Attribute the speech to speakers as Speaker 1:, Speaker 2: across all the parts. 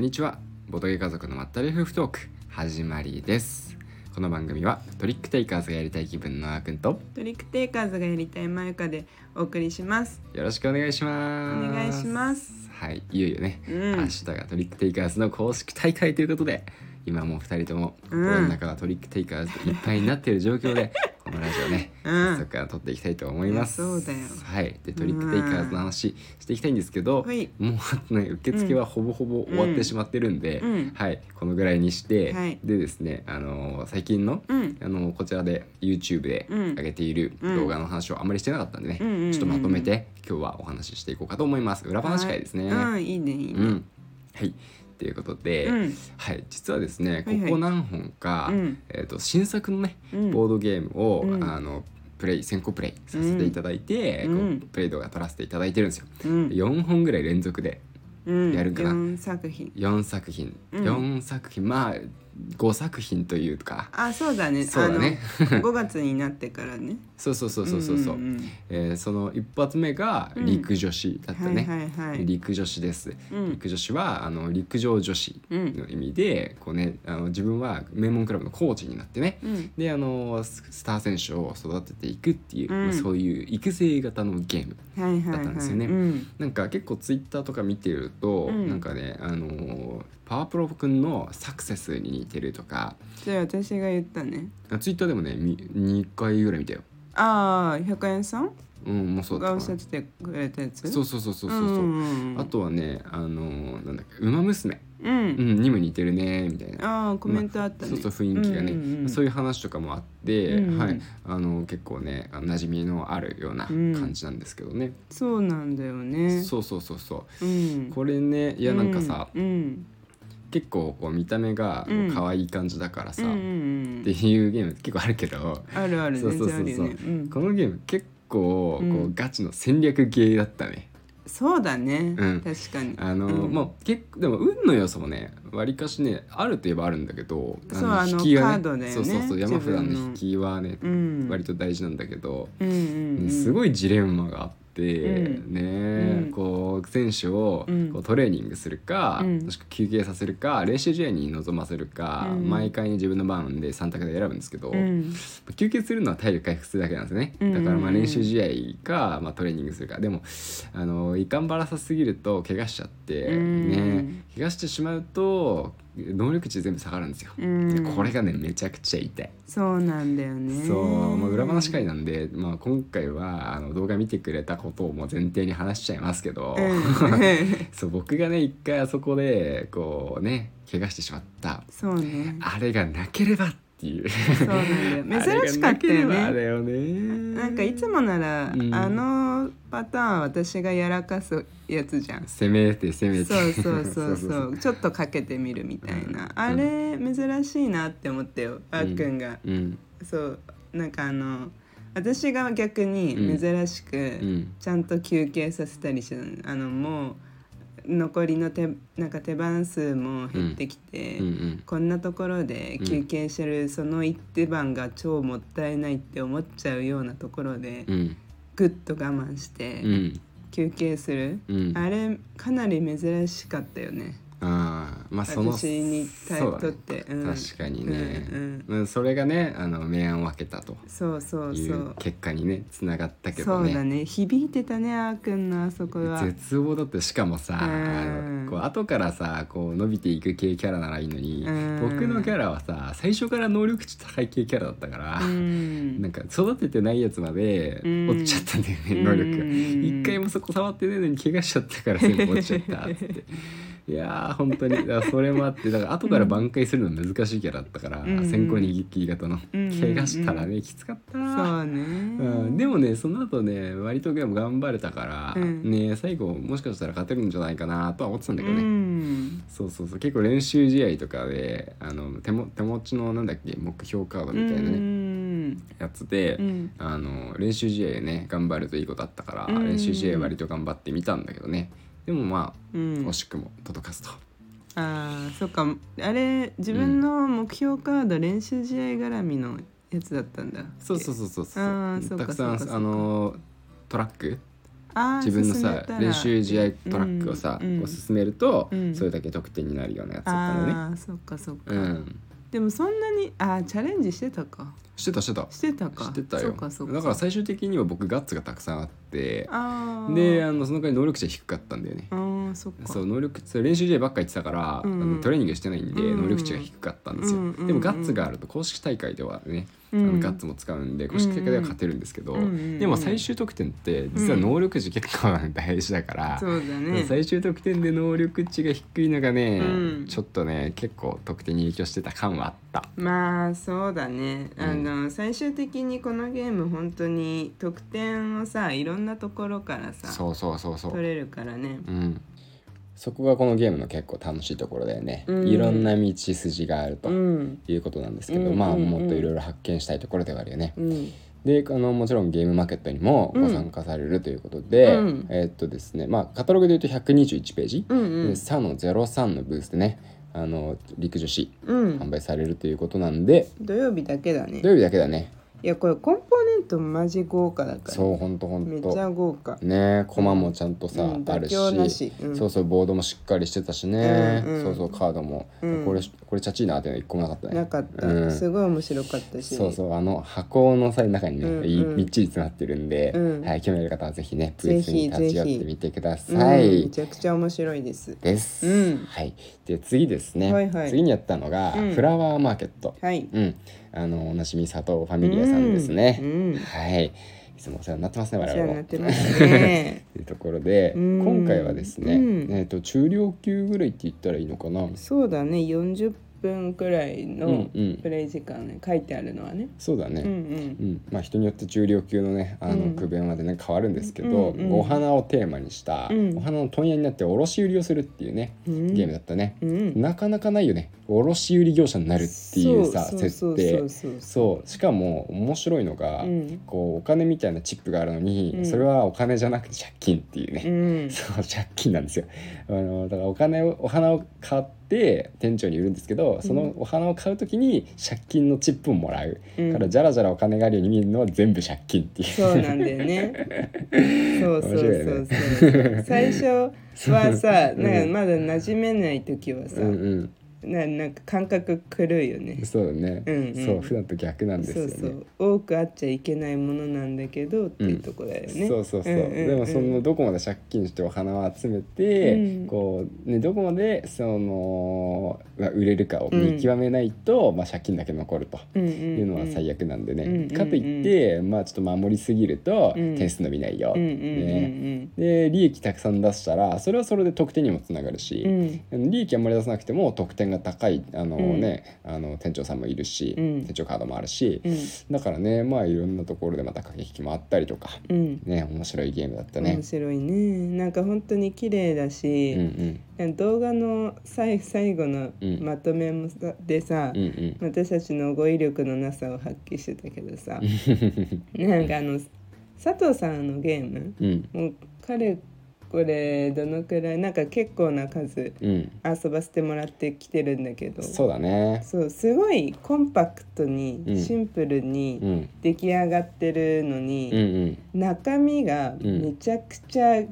Speaker 1: にちはボトゲ家族のまったり夫婦トーク始まりですこの番組はトリックテイカーズがやりたい気分のあーくんと
Speaker 2: トリックテイカーズがやりたいまゆかでお送りします。
Speaker 1: よろしくお願いします
Speaker 2: お願いします
Speaker 1: はいいよいよね、
Speaker 2: うん
Speaker 1: 明日がトリックテイカーズの公式大会ということで今もう2人とも
Speaker 2: うん
Speaker 1: 心の中はトリックテイカーズでいっぱいになっている状況でこのラジオね、
Speaker 2: うん
Speaker 1: 早速から撮っていきたいと思います
Speaker 2: いやそうだよ
Speaker 1: はいでトリックテイカーズの話していきたいんですけど、
Speaker 2: はい
Speaker 1: もうあとね受付はほぼほぼ終わってしまってるんで、
Speaker 2: うんうん
Speaker 1: はいこのぐらいにして、
Speaker 2: はい
Speaker 1: でですねあのー最近の、
Speaker 2: うん。
Speaker 1: あのこちらで YouTube で
Speaker 2: うん
Speaker 1: 上げている
Speaker 2: うん
Speaker 1: 動画の話をあんまりしてなかったんでね、
Speaker 2: うんうんうんうん
Speaker 1: ちょっとまとめて今日はお話ししていこうかと思います裏話会ですね、
Speaker 2: はいうん、いいね、いいうね。
Speaker 1: んはいということで、
Speaker 2: うん
Speaker 1: はい実はですねこ
Speaker 2: はいはい
Speaker 1: こ何本か、
Speaker 2: うん
Speaker 1: えー、と新作のね、
Speaker 2: うん
Speaker 1: ボードゲームを、
Speaker 2: うん
Speaker 1: あのプレイ先行プレイさせていただいて、
Speaker 2: うん
Speaker 1: こうプレイ動画撮らせていただいてるんですよ、
Speaker 2: うん。
Speaker 1: 4本ぐらい連続で
Speaker 2: うん
Speaker 1: やるかな
Speaker 2: 四作品。
Speaker 1: 4作品、
Speaker 2: うん
Speaker 1: 4作品まあ5作品というか
Speaker 2: あ、そうだね。
Speaker 1: そうだね
Speaker 2: あ の五月になってからね。
Speaker 1: そうそうそうそうそうそう、
Speaker 2: んんん
Speaker 1: えーその一発目が
Speaker 2: うん
Speaker 1: 陸女子だったね、
Speaker 2: はいはいはい。
Speaker 1: 陸女子です、
Speaker 2: うん
Speaker 1: 陸女子はあの陸上女子の意味で、こうね、あの自分は名門クラブのコーチになってね、
Speaker 2: うん
Speaker 1: であのススター選手を育てていくっていう、
Speaker 2: うん
Speaker 1: まあそういう育成型のゲーム
Speaker 2: はいはいはい。
Speaker 1: だったんですよね
Speaker 2: うん。
Speaker 1: なんか結構ツイッターとか見てると、
Speaker 2: うん
Speaker 1: なんかねあのーパワープロくんのサクセスに似てるとか
Speaker 2: それ私が言ったね。
Speaker 1: あツイッターでもねみ2回ぐらい見たよ
Speaker 2: ああ、百円さん
Speaker 1: うんもうそうだっ
Speaker 2: がおったし
Speaker 1: か
Speaker 2: ゃ
Speaker 1: な
Speaker 2: ってくれたやつ。
Speaker 1: そう
Speaker 2: う
Speaker 1: そうそうそうそうそう、
Speaker 2: んうん
Speaker 1: あ。とはねあのーなんだっけ「ウマ娘」
Speaker 2: う。
Speaker 1: うんん、にも似てるねみたいな。
Speaker 2: ああ、コメントあったね。
Speaker 1: そうそう雰囲気がね、そう
Speaker 2: い
Speaker 1: いう話とかもあって、
Speaker 2: うんうん
Speaker 1: はい、あの結構ねあの馴染みのあるような
Speaker 2: うん
Speaker 1: 感じなんですけどね、
Speaker 2: うん。そうなんだよね。
Speaker 1: そうそうそうそう
Speaker 2: う。ん。
Speaker 1: これねい
Speaker 2: い
Speaker 1: やなんかさ、
Speaker 2: うん。
Speaker 1: 結構こう見た目が
Speaker 2: うん
Speaker 1: 可愛い感じだからさ、
Speaker 2: うんうん
Speaker 1: っ
Speaker 2: うん
Speaker 1: ていうゲーム結構あるけど、
Speaker 2: あるある
Speaker 1: そう
Speaker 2: 全
Speaker 1: そう
Speaker 2: 然
Speaker 1: そ
Speaker 2: あ
Speaker 1: う
Speaker 2: るよ
Speaker 1: そう、
Speaker 2: ねうん
Speaker 1: このゲーム結構こう、
Speaker 2: うん
Speaker 1: ガチの戦略ゲーだったね。
Speaker 2: そうだね
Speaker 1: うん
Speaker 2: 確かに
Speaker 1: あの
Speaker 2: うん
Speaker 1: まあ結構でも運の要素もねわりかしねあるといえばあるんだけど
Speaker 2: そうあの
Speaker 1: 引きが
Speaker 2: カードだよね
Speaker 1: そうそうそう山札の
Speaker 2: 自分の
Speaker 1: 引きはね、
Speaker 2: うん
Speaker 1: 割と大事なんだけど、
Speaker 2: うんうんうん
Speaker 1: ねすごいジレンマがあって、
Speaker 2: うん
Speaker 1: ね
Speaker 2: うん
Speaker 1: こう選手を
Speaker 2: うん
Speaker 1: こうトレーニングするか、
Speaker 2: うん
Speaker 1: もしくは休憩させるか練習試合に臨ませるか、
Speaker 2: うん
Speaker 1: 毎回に自分の番で3択で選ぶんですけど、
Speaker 2: うん
Speaker 1: 休憩するのは体力回復するだけなんですね
Speaker 2: うん
Speaker 1: だからまあ練習試合か、まあ、トレーニングするかでもあのいかんばらさすぎると怪我しちゃって、
Speaker 2: うん
Speaker 1: ね怪我してしまうと能力値全部下がるんですよ、
Speaker 2: うん
Speaker 1: でこれがねめちゃくちゃ痛い、
Speaker 2: そうなんだよね
Speaker 1: そう、まあ、裏話会なんで、まあ、今回はあの動画見てくれたことをもう前提に話しちゃいますけど、
Speaker 2: うん
Speaker 1: そう僕がね一回あそこでこうね怪我してしまった
Speaker 2: そうね
Speaker 1: あれがなければっていう。
Speaker 2: そうなんだよ珍しかったよ
Speaker 1: あれがなければ
Speaker 2: ね
Speaker 1: だよね
Speaker 2: なんかいつもならあ
Speaker 1: うん
Speaker 2: のパターンは私がやらかすやつじゃん
Speaker 1: 攻めて攻めて
Speaker 2: そうそ うそうそうちょっとかけてみるみたいな、
Speaker 1: うん
Speaker 2: あれ珍しいなって思ったよあーくんが、
Speaker 1: うん
Speaker 2: そうなんかあの私が逆に珍しく、
Speaker 1: うん
Speaker 2: ちゃんと休憩させたりしてたのあのもう残りの手なんか手番数も減ってきて、
Speaker 1: うんうん
Speaker 2: こんなところで休憩してるその一手番が超もったいないって思っちゃうようなところで、
Speaker 1: うん
Speaker 2: ぐっと我慢して
Speaker 1: うん
Speaker 2: 休憩する、
Speaker 1: うん
Speaker 2: あれかなり珍しかったよね。
Speaker 1: ああまあその
Speaker 2: 私に対
Speaker 1: そうだね
Speaker 2: とってうん
Speaker 1: 確かにね
Speaker 2: うんうん
Speaker 1: うんそれがねあの明暗を分けたと
Speaker 2: そうそう
Speaker 1: い
Speaker 2: そうう。
Speaker 1: 結果にねつながったけ
Speaker 2: そ
Speaker 1: ど
Speaker 2: うだ
Speaker 1: ね
Speaker 2: ね響いてたねあーくんのあそこは。
Speaker 1: 絶望だってしかもさあ
Speaker 2: うん
Speaker 1: のこう後からさこう伸びていく系キャラならいいのに
Speaker 2: うん
Speaker 1: 僕のキャラはさ最初から能力値高い系キャラだったから
Speaker 2: うん
Speaker 1: なんか育ててないやつまで
Speaker 2: うん
Speaker 1: 落ちちゃったんだよね、
Speaker 2: うん
Speaker 1: 能力が
Speaker 2: うん
Speaker 1: 一回もそこ触ってないのに怪我しちゃったから全部落ちちゃったっつっていやー本当にだからそれもあってだから後から挽回するの難しいキャラだったから、
Speaker 2: うん
Speaker 1: 先行握り型の、
Speaker 2: うん
Speaker 1: 怪我したらねきつかった
Speaker 2: そうね、
Speaker 1: うん、でもねその後ね割とでも頑張れたから、
Speaker 2: うん
Speaker 1: ね最後もしかしたら勝てるんじゃないかなとは思ってたんだけどね、
Speaker 2: うん
Speaker 1: そうそうそう結構練習試合とかであの手も手持ちのなんだっけ目標カードみたいなね、
Speaker 2: ね。
Speaker 1: やつで、
Speaker 2: うん
Speaker 1: あの練習試合ね頑張るといいことあったから、
Speaker 2: うん
Speaker 1: 練習試合割と頑張ってみたんだけどねでもまあ、
Speaker 2: うん
Speaker 1: 惜、しくも届かずと
Speaker 2: ああそっかあれ自分の目標カード練習試合絡みのやつだったんだ
Speaker 1: そうそう
Speaker 2: う
Speaker 1: そうそうそう
Speaker 2: あーそうか
Speaker 1: たくさ
Speaker 2: そうかそうか
Speaker 1: んあのトラック
Speaker 2: あー
Speaker 1: 自分の
Speaker 2: 進め
Speaker 1: さ
Speaker 2: たら
Speaker 1: 練習試合トラックをさ、
Speaker 2: うんうん
Speaker 1: こう進めると、
Speaker 2: うん
Speaker 1: それだけ得点になるようなやつだったのね。
Speaker 2: ああそっかそっ
Speaker 1: う
Speaker 2: か、
Speaker 1: ん、
Speaker 2: でもそんなにあーチャレンジしてたか
Speaker 1: してたしてた
Speaker 2: してたか
Speaker 1: してた
Speaker 2: そ
Speaker 1: よ
Speaker 2: っかそっか
Speaker 1: だから最終的には僕ガッツがたくさんあって
Speaker 2: あー
Speaker 1: であのその代わり能力値は低かったんだよね
Speaker 2: あ。ーそっか
Speaker 1: そう能力値練習試合ばっか行ってたから、
Speaker 2: うん
Speaker 1: あのトレーニングしてないんで、
Speaker 2: うん
Speaker 1: 能力値が低かったんですよ、
Speaker 2: うんうんうん
Speaker 1: でもガッツがあると公式大会ではね、
Speaker 2: うん
Speaker 1: あのガッツも使うんで公式大会では勝てるんですけど、
Speaker 2: うんうん
Speaker 1: でも最終得点って実は能力値結構大事だから、
Speaker 2: そうだね
Speaker 1: 最終得点で能力値が低いのがね、
Speaker 2: うん
Speaker 1: ちょっとね結構得点に影響してた感はあった。
Speaker 2: まあそうだね、
Speaker 1: うん
Speaker 2: あの最終的にこのゲーム本当に得点をさいろんなところからさ
Speaker 1: そうそうそうそう
Speaker 2: 取れるからね
Speaker 1: うん、そこがこのゲームの結構楽しいところだよね、
Speaker 2: うん
Speaker 1: いろんな道筋があると
Speaker 2: うん
Speaker 1: いうことなんですけど、
Speaker 2: うん
Speaker 1: まあ
Speaker 2: うんうん
Speaker 1: もっといろいろ発見したいところではあるよね。
Speaker 2: うん
Speaker 1: であのもちろんゲームマーケットにも
Speaker 2: うん
Speaker 1: ご参加されるということで、
Speaker 2: うん
Speaker 1: えーっとですねまあカタログで言うと121ページ、
Speaker 2: うんう
Speaker 1: で
Speaker 2: ん
Speaker 1: 3の03のブースでねあの陸女子
Speaker 2: うん
Speaker 1: 販売されるということなんで
Speaker 2: 土曜日だけだね
Speaker 1: 土曜日だけだね
Speaker 2: いやこれコンポーネントマジ豪華だから
Speaker 1: そうほんとほん
Speaker 2: めっちゃ
Speaker 1: と
Speaker 2: 豪華
Speaker 1: ねコマもちゃんとさ、
Speaker 2: うん
Speaker 1: ある
Speaker 2: 妥協なしうん
Speaker 1: そうそうボードもしっかりしてたしね、
Speaker 2: うんうん
Speaker 1: そうそうカードも、
Speaker 2: うん
Speaker 1: これこれチャチいなっていうの一個もなかったね
Speaker 2: なかった、
Speaker 1: うん
Speaker 2: すごい面白かったし
Speaker 1: そうそうあの箱のさ中にね、
Speaker 2: うんうん
Speaker 1: いみっちり詰まってるんで、
Speaker 2: うん
Speaker 1: はい、興味ある方はぜひねブ
Speaker 2: ぜ
Speaker 1: ー
Speaker 2: ひ
Speaker 1: スに立ち寄って
Speaker 2: ぜひ
Speaker 1: みてくだ
Speaker 2: うん
Speaker 1: さい、
Speaker 2: めちゃくちゃ面白いです
Speaker 1: です、
Speaker 2: うん
Speaker 1: はいで次ですね、
Speaker 2: はいはい
Speaker 1: 次にやったのが、
Speaker 2: うん
Speaker 1: フラワーマーケット
Speaker 2: はい
Speaker 1: うんあのおなじみ佐藤ファミリアさんですね、
Speaker 2: うんうん
Speaker 1: はいいつもお世話になってますね
Speaker 2: お
Speaker 1: 我
Speaker 2: 世
Speaker 1: 々
Speaker 2: 話に
Speaker 1: も
Speaker 2: なってますね
Speaker 1: というところで、
Speaker 2: うん
Speaker 1: 今回はですね、
Speaker 2: うん
Speaker 1: えっ、と中量級ぐらいって言ったらいいのかな。
Speaker 2: そうだね40分くらいの
Speaker 1: うんうん
Speaker 2: プレイ時間ね書いてあるのはね
Speaker 1: そうだね。
Speaker 2: うん
Speaker 1: うんまあ、人によって中量級のねあの、
Speaker 2: うん
Speaker 1: 区別までね変わるんですけど、
Speaker 2: うんうん
Speaker 1: お花をテーマにした、
Speaker 2: うん
Speaker 1: お花の問屋になって卸売りをするっていうね、
Speaker 2: うん
Speaker 1: ゲームだったね、
Speaker 2: うんうん
Speaker 1: なかなかないよね卸売り業者になるっていうさ
Speaker 2: そうそ
Speaker 1: 設
Speaker 2: う
Speaker 1: 定
Speaker 2: そうそうそう
Speaker 1: そうしかも面白いのが、
Speaker 2: うん
Speaker 1: こうお金みたいなチップがあるのに、
Speaker 2: うん
Speaker 1: それはお金じゃなくて借金っていうね、
Speaker 2: うん
Speaker 1: そう借金なんですよあのだからお金をお花を買って店長に売るんですけどそのお花を買う時に借金のチップをもらう、
Speaker 2: うん
Speaker 1: からじゃらじゃらお金があるように見えるのは全部借金っていう
Speaker 2: そうなんだよね。 そうそうそうそう。
Speaker 1: 面
Speaker 2: 最初はさ、
Speaker 1: うん
Speaker 2: なんかまだ馴染めない時はさ、
Speaker 1: うんうん
Speaker 2: ななんか感覚狂いよね。
Speaker 1: そうだね、
Speaker 2: うんうん
Speaker 1: そう普段と逆なんです
Speaker 2: そ
Speaker 1: よ
Speaker 2: う
Speaker 1: ね
Speaker 2: そう。多くあっちゃいけないものなんだけどっていうとこだよね。
Speaker 1: そうそうそう、
Speaker 2: んんん
Speaker 1: でもそのどこまで借金してお花を集めて、
Speaker 2: うん
Speaker 1: こうねどこまでその、まあ、売れるかを見極めないと、まあ借金だけ残ると。
Speaker 2: うん
Speaker 1: いうのは最
Speaker 2: 悪。
Speaker 1: 悪なんで
Speaker 2: うんうん
Speaker 1: ね
Speaker 2: うん。
Speaker 1: かといって、まあちょっと守りすぎると
Speaker 2: うん
Speaker 1: 点数伸びないよ。
Speaker 2: うんうん
Speaker 1: ねで利益たくさん出したらそれはそれで得点にもつながる
Speaker 2: うんうん
Speaker 1: し、利益あんまり出さなくても得点が高いあの、ねあの店長さんもいるし、
Speaker 2: うん
Speaker 1: 店長カードもあるし、
Speaker 2: うん
Speaker 1: だからねまあいろんなところでまた駆け引きもあったりとか、
Speaker 2: うんうん。
Speaker 1: ね面白いゲームだったね
Speaker 2: 面。白いね。なんか本当に綺麗だ
Speaker 1: う
Speaker 2: し。
Speaker 1: んうん
Speaker 2: 動画の最最後の
Speaker 1: うん
Speaker 2: まとめもさでさ、
Speaker 1: うんうん
Speaker 2: 私たちの語彙力のなさを発揮してたけどさ なんかあの佐藤さんのゲーム
Speaker 1: うん
Speaker 2: もう彼これどのくらいなんか結構な数
Speaker 1: うん
Speaker 2: 遊ばせてもらってきてるんだけど
Speaker 1: そうだね。
Speaker 2: そうすごいコンパクト
Speaker 1: う
Speaker 2: に
Speaker 1: ん
Speaker 2: シンプルに
Speaker 1: うん
Speaker 2: 出来上がってるのに、
Speaker 1: うんうん
Speaker 2: 中身が
Speaker 1: うん
Speaker 2: めちゃくちゃ、な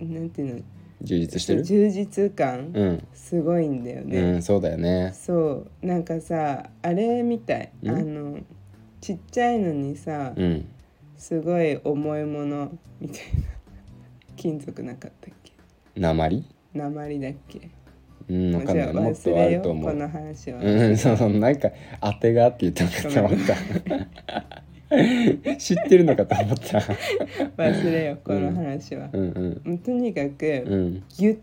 Speaker 2: なんていうの
Speaker 1: 充実してる。
Speaker 2: 充実感
Speaker 1: うん
Speaker 2: すごいんだよね。
Speaker 1: うんそうだよね。
Speaker 2: そうなんかさあれみたい
Speaker 1: ん
Speaker 2: あのちっちゃいのにさ、
Speaker 1: うん。
Speaker 2: すごい重いものみたいな金属なかったっけ
Speaker 1: 鉛
Speaker 2: 鉛だっけ
Speaker 1: うん、わかんない。
Speaker 2: も
Speaker 1: も
Speaker 2: う
Speaker 1: っ
Speaker 2: じゃ
Speaker 1: と
Speaker 2: あ
Speaker 1: あ
Speaker 2: 忘れ
Speaker 1: る
Speaker 2: よ
Speaker 1: と
Speaker 2: う
Speaker 1: 思
Speaker 2: この
Speaker 1: う。
Speaker 2: 話は、
Speaker 1: うん、そうそう、なんか、当てがって言ったのかと思 った。知ってるのかと思った。
Speaker 2: 忘れようこの話は
Speaker 1: う、んうん。
Speaker 2: もうとにかく、
Speaker 1: うん、
Speaker 2: ギュッ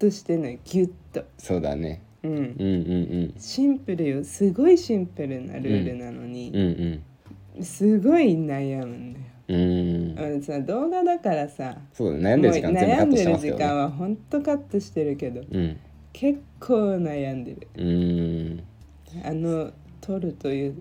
Speaker 2: としてないギュッと
Speaker 1: そうだね。
Speaker 2: うん、
Speaker 1: うんうん
Speaker 2: シンプルよすごいシンプルなルールな
Speaker 1: う
Speaker 2: の
Speaker 1: ん。う
Speaker 2: に、
Speaker 1: ん
Speaker 2: すごい悩むんだよ、
Speaker 1: うん。うん。
Speaker 2: うん、さ動画だからさ
Speaker 1: そうだね。悩んでる時間全部カッ
Speaker 2: もう悩ん
Speaker 1: トし
Speaker 2: で
Speaker 1: てますよ
Speaker 2: る時間
Speaker 1: ね。
Speaker 2: はほんとカットしてるけど
Speaker 1: うん。
Speaker 2: 結構悩んでる
Speaker 1: うん。
Speaker 2: あの撮るという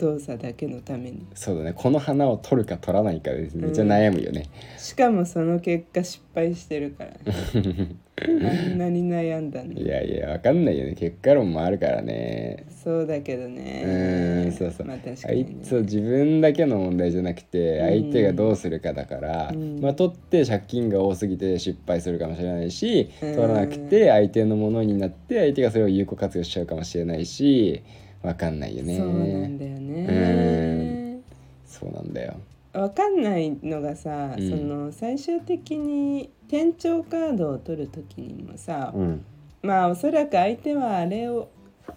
Speaker 2: 動作だけのために
Speaker 1: そうだねこの花を取るか取らないかでめっちゃ悩むよね、
Speaker 2: しかもその結果失敗してるからね あんなに悩んだ
Speaker 1: い
Speaker 2: ね
Speaker 1: やいやわかんないよね結果論もあるからね
Speaker 2: そうだけど
Speaker 1: うー
Speaker 2: ね
Speaker 1: んそうそう、
Speaker 2: まあ確か
Speaker 1: あい
Speaker 2: にね
Speaker 1: つ自分だけの問題じゃなくて相手がどうするかだから、
Speaker 2: うん
Speaker 1: まあ、取って借金が多すぎて失敗するかもしれないし、
Speaker 2: うん
Speaker 1: 取らなくて相手のものになって相手がそれを有効活用しちゃうかもしれないしわかんないよね
Speaker 2: そうなんだよ
Speaker 1: う
Speaker 2: ね
Speaker 1: そうなんだよ
Speaker 2: わかんないのがさ、
Speaker 1: うん
Speaker 2: その最終的に店長カードを取る時にもさ、
Speaker 1: うん
Speaker 2: まあおそらく相手はあれを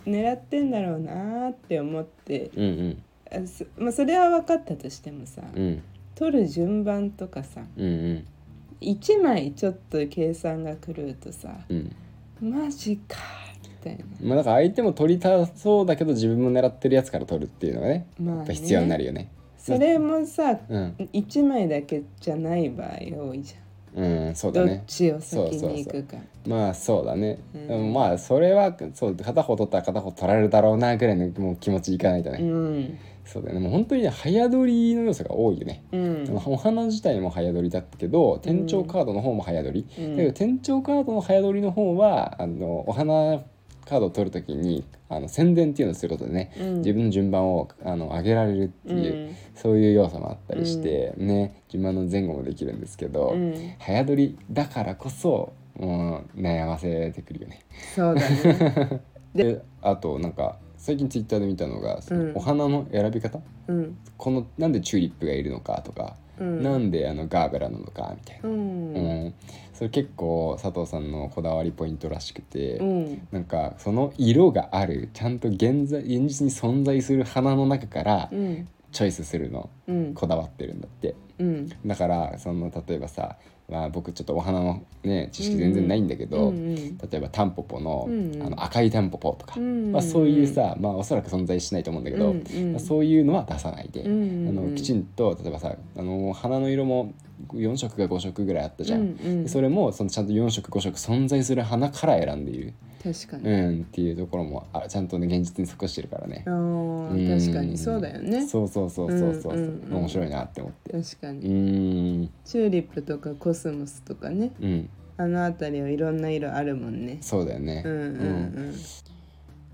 Speaker 2: 狙ってんだろうなーって思って、
Speaker 1: うんうん
Speaker 2: あそまあ、それは分かったとしてもさ、
Speaker 1: うん
Speaker 2: 取る順番とかさ
Speaker 1: うんうん
Speaker 2: 1枚ちょっと計算が狂うとさ
Speaker 1: うん
Speaker 2: マジかーみたいな
Speaker 1: まあなんか相手も取りたそうだけど自分も狙ってるやつから取るっていうのがね
Speaker 2: まあね
Speaker 1: やっぱ必要になるよね
Speaker 2: それもさ
Speaker 1: うん
Speaker 2: 1枚だけじゃない場合が多いじゃ、
Speaker 1: うんそうんだ
Speaker 2: どっ
Speaker 1: ね
Speaker 2: ちを先に行くか
Speaker 1: まあそうだね、
Speaker 2: うん
Speaker 1: でもまあそれはそう片方取ったら片方取られるだろうなぐらいのもう気持ちいかないとね、
Speaker 2: うん
Speaker 1: そうだよねもう本当にね早取りの要素が多いよね、
Speaker 2: うん
Speaker 1: あのお花自体も早取りだったけど店長カードの方も早取り、
Speaker 2: うん
Speaker 1: だけど店長カードの早取りの方はあのお花カードを取るときにあの宣伝っていうのをすることでね、
Speaker 2: うん
Speaker 1: 自分の順番をあの上げられるっていう、
Speaker 2: うん
Speaker 1: そういう要素もあったりして、ね順番の前後もできるんですけど、
Speaker 2: うん
Speaker 1: 早撮りだからこそ、うん、悩ませてくるよね。
Speaker 2: そうだね
Speaker 1: であとなんか最近ツイッターで見たのがその、
Speaker 2: うん
Speaker 1: お花の選び方
Speaker 2: うん
Speaker 1: このなんでチューリップがいるのかとか、
Speaker 2: うん
Speaker 1: なんであのガーベラなのかみたいな、
Speaker 2: う
Speaker 1: うん
Speaker 2: ん
Speaker 1: それ結構佐藤さんのこだわりポイントらしくて。
Speaker 2: うん
Speaker 1: なんかその色があるちゃんと現在現実に存在する花の中から
Speaker 2: うん
Speaker 1: チョイスするの
Speaker 2: うん
Speaker 1: こだわってるんだって
Speaker 2: うん
Speaker 1: だからその例えばさ、まあ、僕ちょっとお花のね知識全然ないんだけど、
Speaker 2: うん
Speaker 1: 例えばタンポポの,、
Speaker 2: うんうん
Speaker 1: あの赤いタンポポとか、
Speaker 2: うん
Speaker 1: まあ、そういうさ、まあ、おそらく存在しないと思うんだけど、
Speaker 2: うんうん
Speaker 1: まあ、そういうのは出さないで、
Speaker 2: うんうん
Speaker 1: あのきちんと例えばさあの花の色も4色か5色ぐらいあったじゃん。
Speaker 2: うんうん
Speaker 1: でそれもそのちゃんと4色5色存在する花から選んでいる、
Speaker 2: 確か
Speaker 1: う
Speaker 2: に
Speaker 1: ん、っていうところもあちゃんとね現実に即してるからね
Speaker 2: あ。ー
Speaker 1: うん
Speaker 2: 確かにそうだよね
Speaker 1: そうそうそうそうそう,、
Speaker 2: うんうんうん
Speaker 1: 面白いなって思って。
Speaker 2: 確か
Speaker 1: う
Speaker 2: に
Speaker 1: ん
Speaker 2: チューリップとかコスモスとかね
Speaker 1: うん
Speaker 2: あの辺りはいろんな色あるもんね
Speaker 1: そうだよね。
Speaker 2: うんうんうん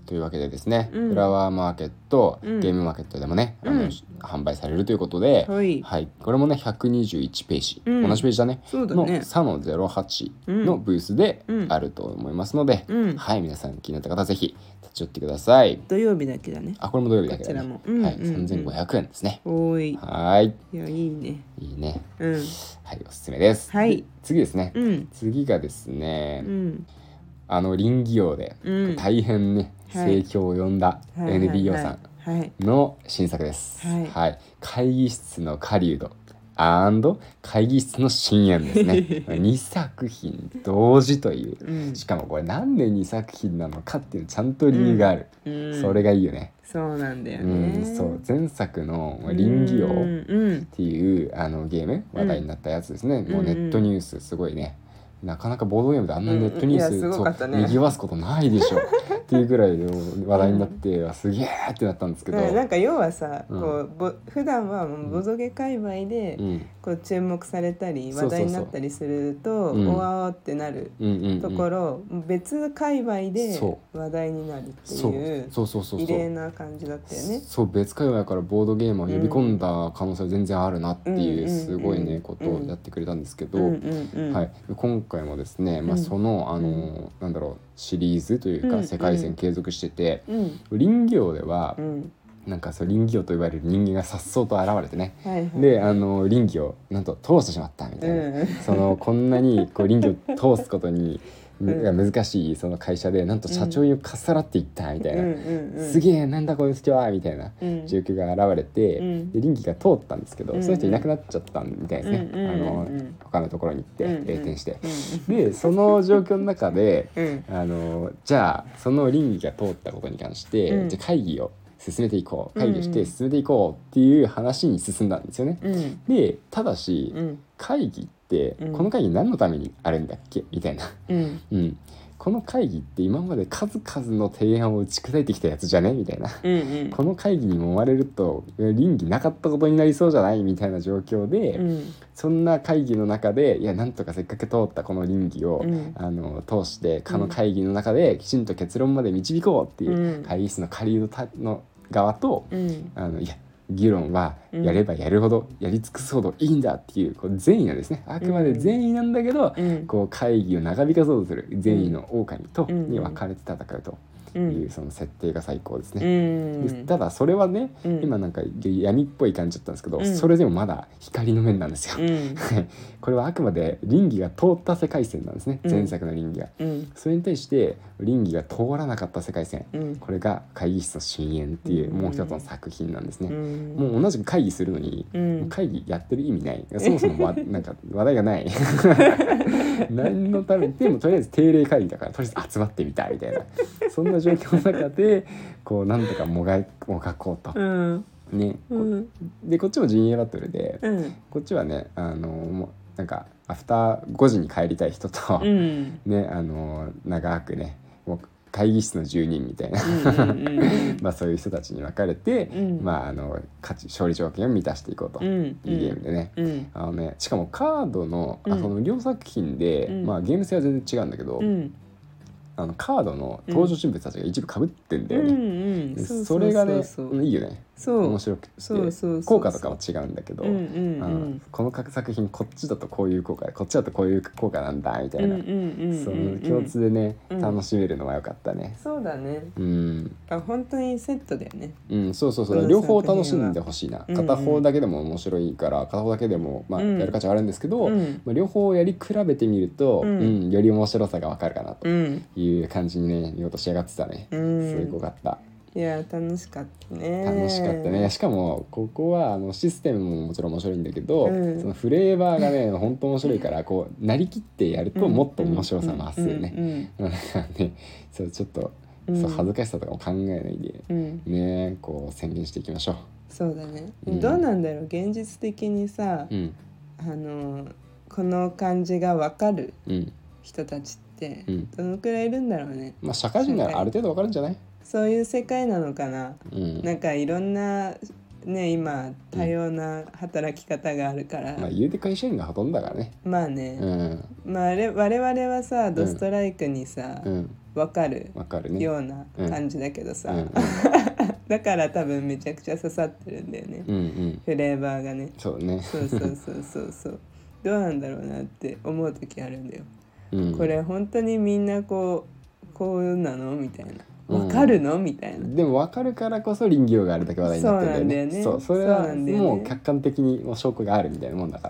Speaker 1: というわけでですね、
Speaker 2: うん
Speaker 1: フラワーマーケット、
Speaker 2: うん
Speaker 1: ゲームマーケットでもね、あ
Speaker 2: う
Speaker 1: の
Speaker 2: ん
Speaker 1: 販売されるということで、
Speaker 2: はい
Speaker 1: はい、これもね121ページ、
Speaker 2: うん
Speaker 1: 同じページだね
Speaker 2: そうだ
Speaker 1: の
Speaker 2: ね
Speaker 1: サノ08
Speaker 2: うん
Speaker 1: のブースで
Speaker 2: うん
Speaker 1: あると思いますので、
Speaker 2: うん
Speaker 1: はい皆さん気になった方ぜひ立ち寄ってください。
Speaker 2: 土曜日だけだね
Speaker 1: あこれも土曜日だけど、ね、
Speaker 2: こちらもうん
Speaker 1: はい、
Speaker 2: うんうん
Speaker 1: 3500円ですね。
Speaker 2: おーい
Speaker 1: はい
Speaker 2: いやいいね
Speaker 1: いいね
Speaker 2: うん
Speaker 1: はいおすすめです。
Speaker 2: はい
Speaker 1: で次ですね、
Speaker 2: うん
Speaker 1: 次がですね、
Speaker 2: うん
Speaker 1: あの林業で、
Speaker 2: うん
Speaker 1: 大変ね
Speaker 2: はい
Speaker 1: 盛況を呼んだ
Speaker 2: はいはいはい
Speaker 1: NBO さん。
Speaker 2: はい
Speaker 1: の新作です。
Speaker 2: はい
Speaker 1: 会議室の狩人。and 会議室の深淵ですね。2作 品同時という。
Speaker 2: うん
Speaker 1: しかもこれなんで2作品なのかっていうちゃんと理由がある。
Speaker 2: うん
Speaker 1: それがいいよね。
Speaker 2: そうなんだよ
Speaker 1: う
Speaker 2: ね
Speaker 1: ん、そう前作の林業
Speaker 2: うん
Speaker 1: っ
Speaker 2: うん
Speaker 1: ていうあのゲーム話題になったやつですね。もうネットニュースすごいね。なかなかボードゲームであんなネットニュー
Speaker 2: うんい
Speaker 1: ス、
Speaker 2: やすごかったね
Speaker 1: そう賑わすことないでしょっていうぐらいで話題になって、あすげえってなったんですけど、
Speaker 2: うんなんか要はさ、
Speaker 1: うん
Speaker 2: こうぼ普段はもうボドゲ界隈で、
Speaker 1: うん、
Speaker 2: こう注目されたり
Speaker 1: そうそうそう
Speaker 2: 話題になったりすると
Speaker 1: うん
Speaker 2: おわおってなる
Speaker 1: うんうんうん、
Speaker 2: ところ、別界隈で
Speaker 1: そ
Speaker 2: 話題になるって
Speaker 1: そう
Speaker 2: いう
Speaker 1: そうそうそうそう
Speaker 2: 異例な感じだったよね。
Speaker 1: そう別界隈からボードゲームを呼び込んだ可能性は全然あるなっていううん
Speaker 2: うんうん
Speaker 1: すごいね、
Speaker 2: うん
Speaker 1: ことをやってくれたんですけど、
Speaker 2: うんうんうん
Speaker 1: はい、今回もですね、まあ、
Speaker 2: うん
Speaker 1: その、あ
Speaker 2: う
Speaker 1: のなんだろうシリーズという
Speaker 2: う
Speaker 1: か
Speaker 2: ん
Speaker 1: 世界
Speaker 2: う
Speaker 1: 線
Speaker 2: ん
Speaker 1: 継続してて、
Speaker 2: うん
Speaker 1: 林業では
Speaker 2: うん
Speaker 1: なんかそう林業と言われる人間がさっそうと現れてね
Speaker 2: はいはい
Speaker 1: であの林業なんと通してしまったみた
Speaker 2: う
Speaker 1: いな。
Speaker 2: ん
Speaker 1: そのこんなにこう林業を通すことに、
Speaker 2: ん
Speaker 1: が難しいその会社でなんと社長にかっさらっていったみたいな、
Speaker 2: うんうんうん
Speaker 1: すげえなんだこの人はみたいな
Speaker 2: うん
Speaker 1: 状況が現れて、
Speaker 2: うん
Speaker 1: で林業が通ったんですけど、
Speaker 2: うんうん
Speaker 1: その人いなくなっちゃったみたいですね、
Speaker 2: うんうんうんうん
Speaker 1: あの他のところに行って
Speaker 2: うんうん
Speaker 1: 閉店して。
Speaker 2: うん
Speaker 1: でその状況の中で
Speaker 2: うん
Speaker 1: あのじゃあその倫理が通ったことに関して、
Speaker 2: うん
Speaker 1: じゃあ会議を進めていこう会議をし
Speaker 2: うんう
Speaker 1: て
Speaker 2: ん
Speaker 1: 進めていこうっていう話に進んだんですよね。
Speaker 2: うん
Speaker 1: でただし、
Speaker 2: うん
Speaker 1: 会議って、
Speaker 2: うん
Speaker 1: この会議何のためにあるんだっけみたいな、
Speaker 2: うん
Speaker 1: うん、この会議って今まで数々の提案を打ち砕いてきたやつじゃねみたいな
Speaker 2: うんうん
Speaker 1: この会議に揉まれると倫理なかったことになりそうじゃないみたいな状況で、
Speaker 2: うん
Speaker 1: そんな会議の中でいやなんとかせっかく通ったこの倫理を、
Speaker 2: うん
Speaker 1: あの通してこの会議の中できちんと結論まで導こうっていう、
Speaker 2: うん
Speaker 1: 会議室の借りのたの側と、
Speaker 2: うん
Speaker 1: あのいや議論は
Speaker 2: うん
Speaker 1: やればやるほど、やり尽くすほどいいんだっていうこう善意なんですねあくまで善意なんだけど、
Speaker 2: うん
Speaker 1: こう会議を長引かそうとする善意の狼と
Speaker 2: うん
Speaker 1: に分かれて戦うと
Speaker 2: う
Speaker 1: い
Speaker 2: ん
Speaker 1: うその設定が最高ですね。
Speaker 2: うん
Speaker 1: でただそれはね、
Speaker 2: うん
Speaker 1: 今なんか闇っぽい感じだったんですけど、
Speaker 2: うん
Speaker 1: それでもまだ光の面なんですよ。
Speaker 2: うん
Speaker 1: これはあくまで倫理が通った世界線なんですね、
Speaker 2: うん
Speaker 1: 前作の倫理が。
Speaker 2: うん
Speaker 1: それに対して倫理が通らなかった世界線
Speaker 2: うん
Speaker 1: これが会議室の深淵っていうもう一つの作品なんです
Speaker 2: う
Speaker 1: ね。
Speaker 2: ん
Speaker 1: もう同じく会議するのに、
Speaker 2: うん
Speaker 1: 会議やってる意味ないそもそ もわなんか話題がない何のためにでもとりあえず定例会議だからとりあえず集まってみたいみたいなそんな状況の中でこうなんとかもがいもがこうと
Speaker 2: う、ん
Speaker 1: ね、こ
Speaker 2: うん
Speaker 1: でこっちも陣営バトルで、
Speaker 2: うん
Speaker 1: こっちはねあのもうなんかアフター5時に帰りたい人と、
Speaker 2: うん
Speaker 1: ねあの長くねもう会議室の住人みたいな、
Speaker 2: うんうんうん
Speaker 1: まあ、そういう人たちに分かれて、
Speaker 2: うん
Speaker 1: まあ、あの勝ち勝利条件を満たしていこうと、
Speaker 2: う
Speaker 1: い
Speaker 2: ん
Speaker 1: いゲームでね。
Speaker 2: うん
Speaker 1: あのね、しかもカードの,、
Speaker 2: う
Speaker 1: あ
Speaker 2: ん
Speaker 1: その両作品で、
Speaker 2: うん
Speaker 1: まあ、ゲーム性は全然違うんだけど、
Speaker 2: うん
Speaker 1: あのカードの登場人物たちが一部かぶってんだ
Speaker 2: う
Speaker 1: よね。
Speaker 2: んう
Speaker 1: で
Speaker 2: んう
Speaker 1: それがね
Speaker 2: そう
Speaker 1: いいよね
Speaker 2: そう
Speaker 1: 面白くて
Speaker 2: そうそうそう
Speaker 1: 効果とかは違うんだけど、
Speaker 2: うんうん
Speaker 1: あ
Speaker 2: う
Speaker 1: の
Speaker 2: ん
Speaker 1: この作品こっちだとこういう効果こっちだとこういう効果なんだみた
Speaker 2: う
Speaker 1: い
Speaker 2: ん
Speaker 1: な、
Speaker 2: うんうん
Speaker 1: その共通でね、
Speaker 2: うん
Speaker 1: 楽しめるのは良かったね。
Speaker 2: そうだね
Speaker 1: うん、
Speaker 2: あ本当にセットだよね
Speaker 1: うん、そうそうそ
Speaker 2: そうう
Speaker 1: 両方楽しんでほしいな
Speaker 2: うん
Speaker 1: 片方だけでも面白いから片方だけでも、まあ、
Speaker 2: うん
Speaker 1: やる価値はあるんですけど、
Speaker 2: うん
Speaker 1: まあ、両方やり比べてみると、う
Speaker 2: うんん
Speaker 1: より面白さがわかるかなと
Speaker 2: うん
Speaker 1: いう感じにね見事仕上がってたね、
Speaker 2: うん
Speaker 1: すごかった
Speaker 2: いや楽しかったね
Speaker 1: 楽しかったね、しかもここはあのシステムももちろん面白いんだけど、
Speaker 2: うん
Speaker 1: そのフレーバーがね本当面白いからこうなりきってやるともっと面白さ増すよね。
Speaker 2: ね
Speaker 1: だからねそうちょっと、
Speaker 2: うん
Speaker 1: そう恥ずかしさとかも考えないで
Speaker 2: うんうん
Speaker 1: ねこう宣言していきましょ
Speaker 2: そうだね
Speaker 1: うん
Speaker 2: どうなんだろう現実的にさ
Speaker 1: う。うん
Speaker 2: あのこの感じがわかる
Speaker 1: うん
Speaker 2: 人たちって
Speaker 1: うん
Speaker 2: どのくらいいるんだろうね
Speaker 1: まあ社会人ならある程度わかるんじゃない、
Speaker 2: そういう世界なのかな
Speaker 1: うん
Speaker 2: なんかいろんなね今多様な働き方があるから、
Speaker 1: まあ、言うて会社員がほとんどだからね。
Speaker 2: まあ
Speaker 1: う
Speaker 2: ね、
Speaker 1: ん
Speaker 2: まあ、あれ我々はさドストライクにさ、
Speaker 1: うん
Speaker 2: わかる
Speaker 1: わかるね。
Speaker 2: ような感じだけどさ、
Speaker 1: うん
Speaker 2: だから多分めちゃくちゃ刺さってるんだよね、
Speaker 1: うんうん
Speaker 2: フレーバーがね
Speaker 1: そうね。
Speaker 2: そうそうそうそうそうどうなんだろうなって思う時あるんだよ、
Speaker 1: うん、
Speaker 2: これ本当にみんなこうこうなのみたいな
Speaker 1: うん
Speaker 2: わかるのみたいな、
Speaker 1: でも分かるからこそ臨機応があれだけ話題になってるんだよね。
Speaker 2: そううなんだよね
Speaker 1: それは
Speaker 2: そうなんだよね
Speaker 1: もう客観的にもう証拠があるみたいなもんだ か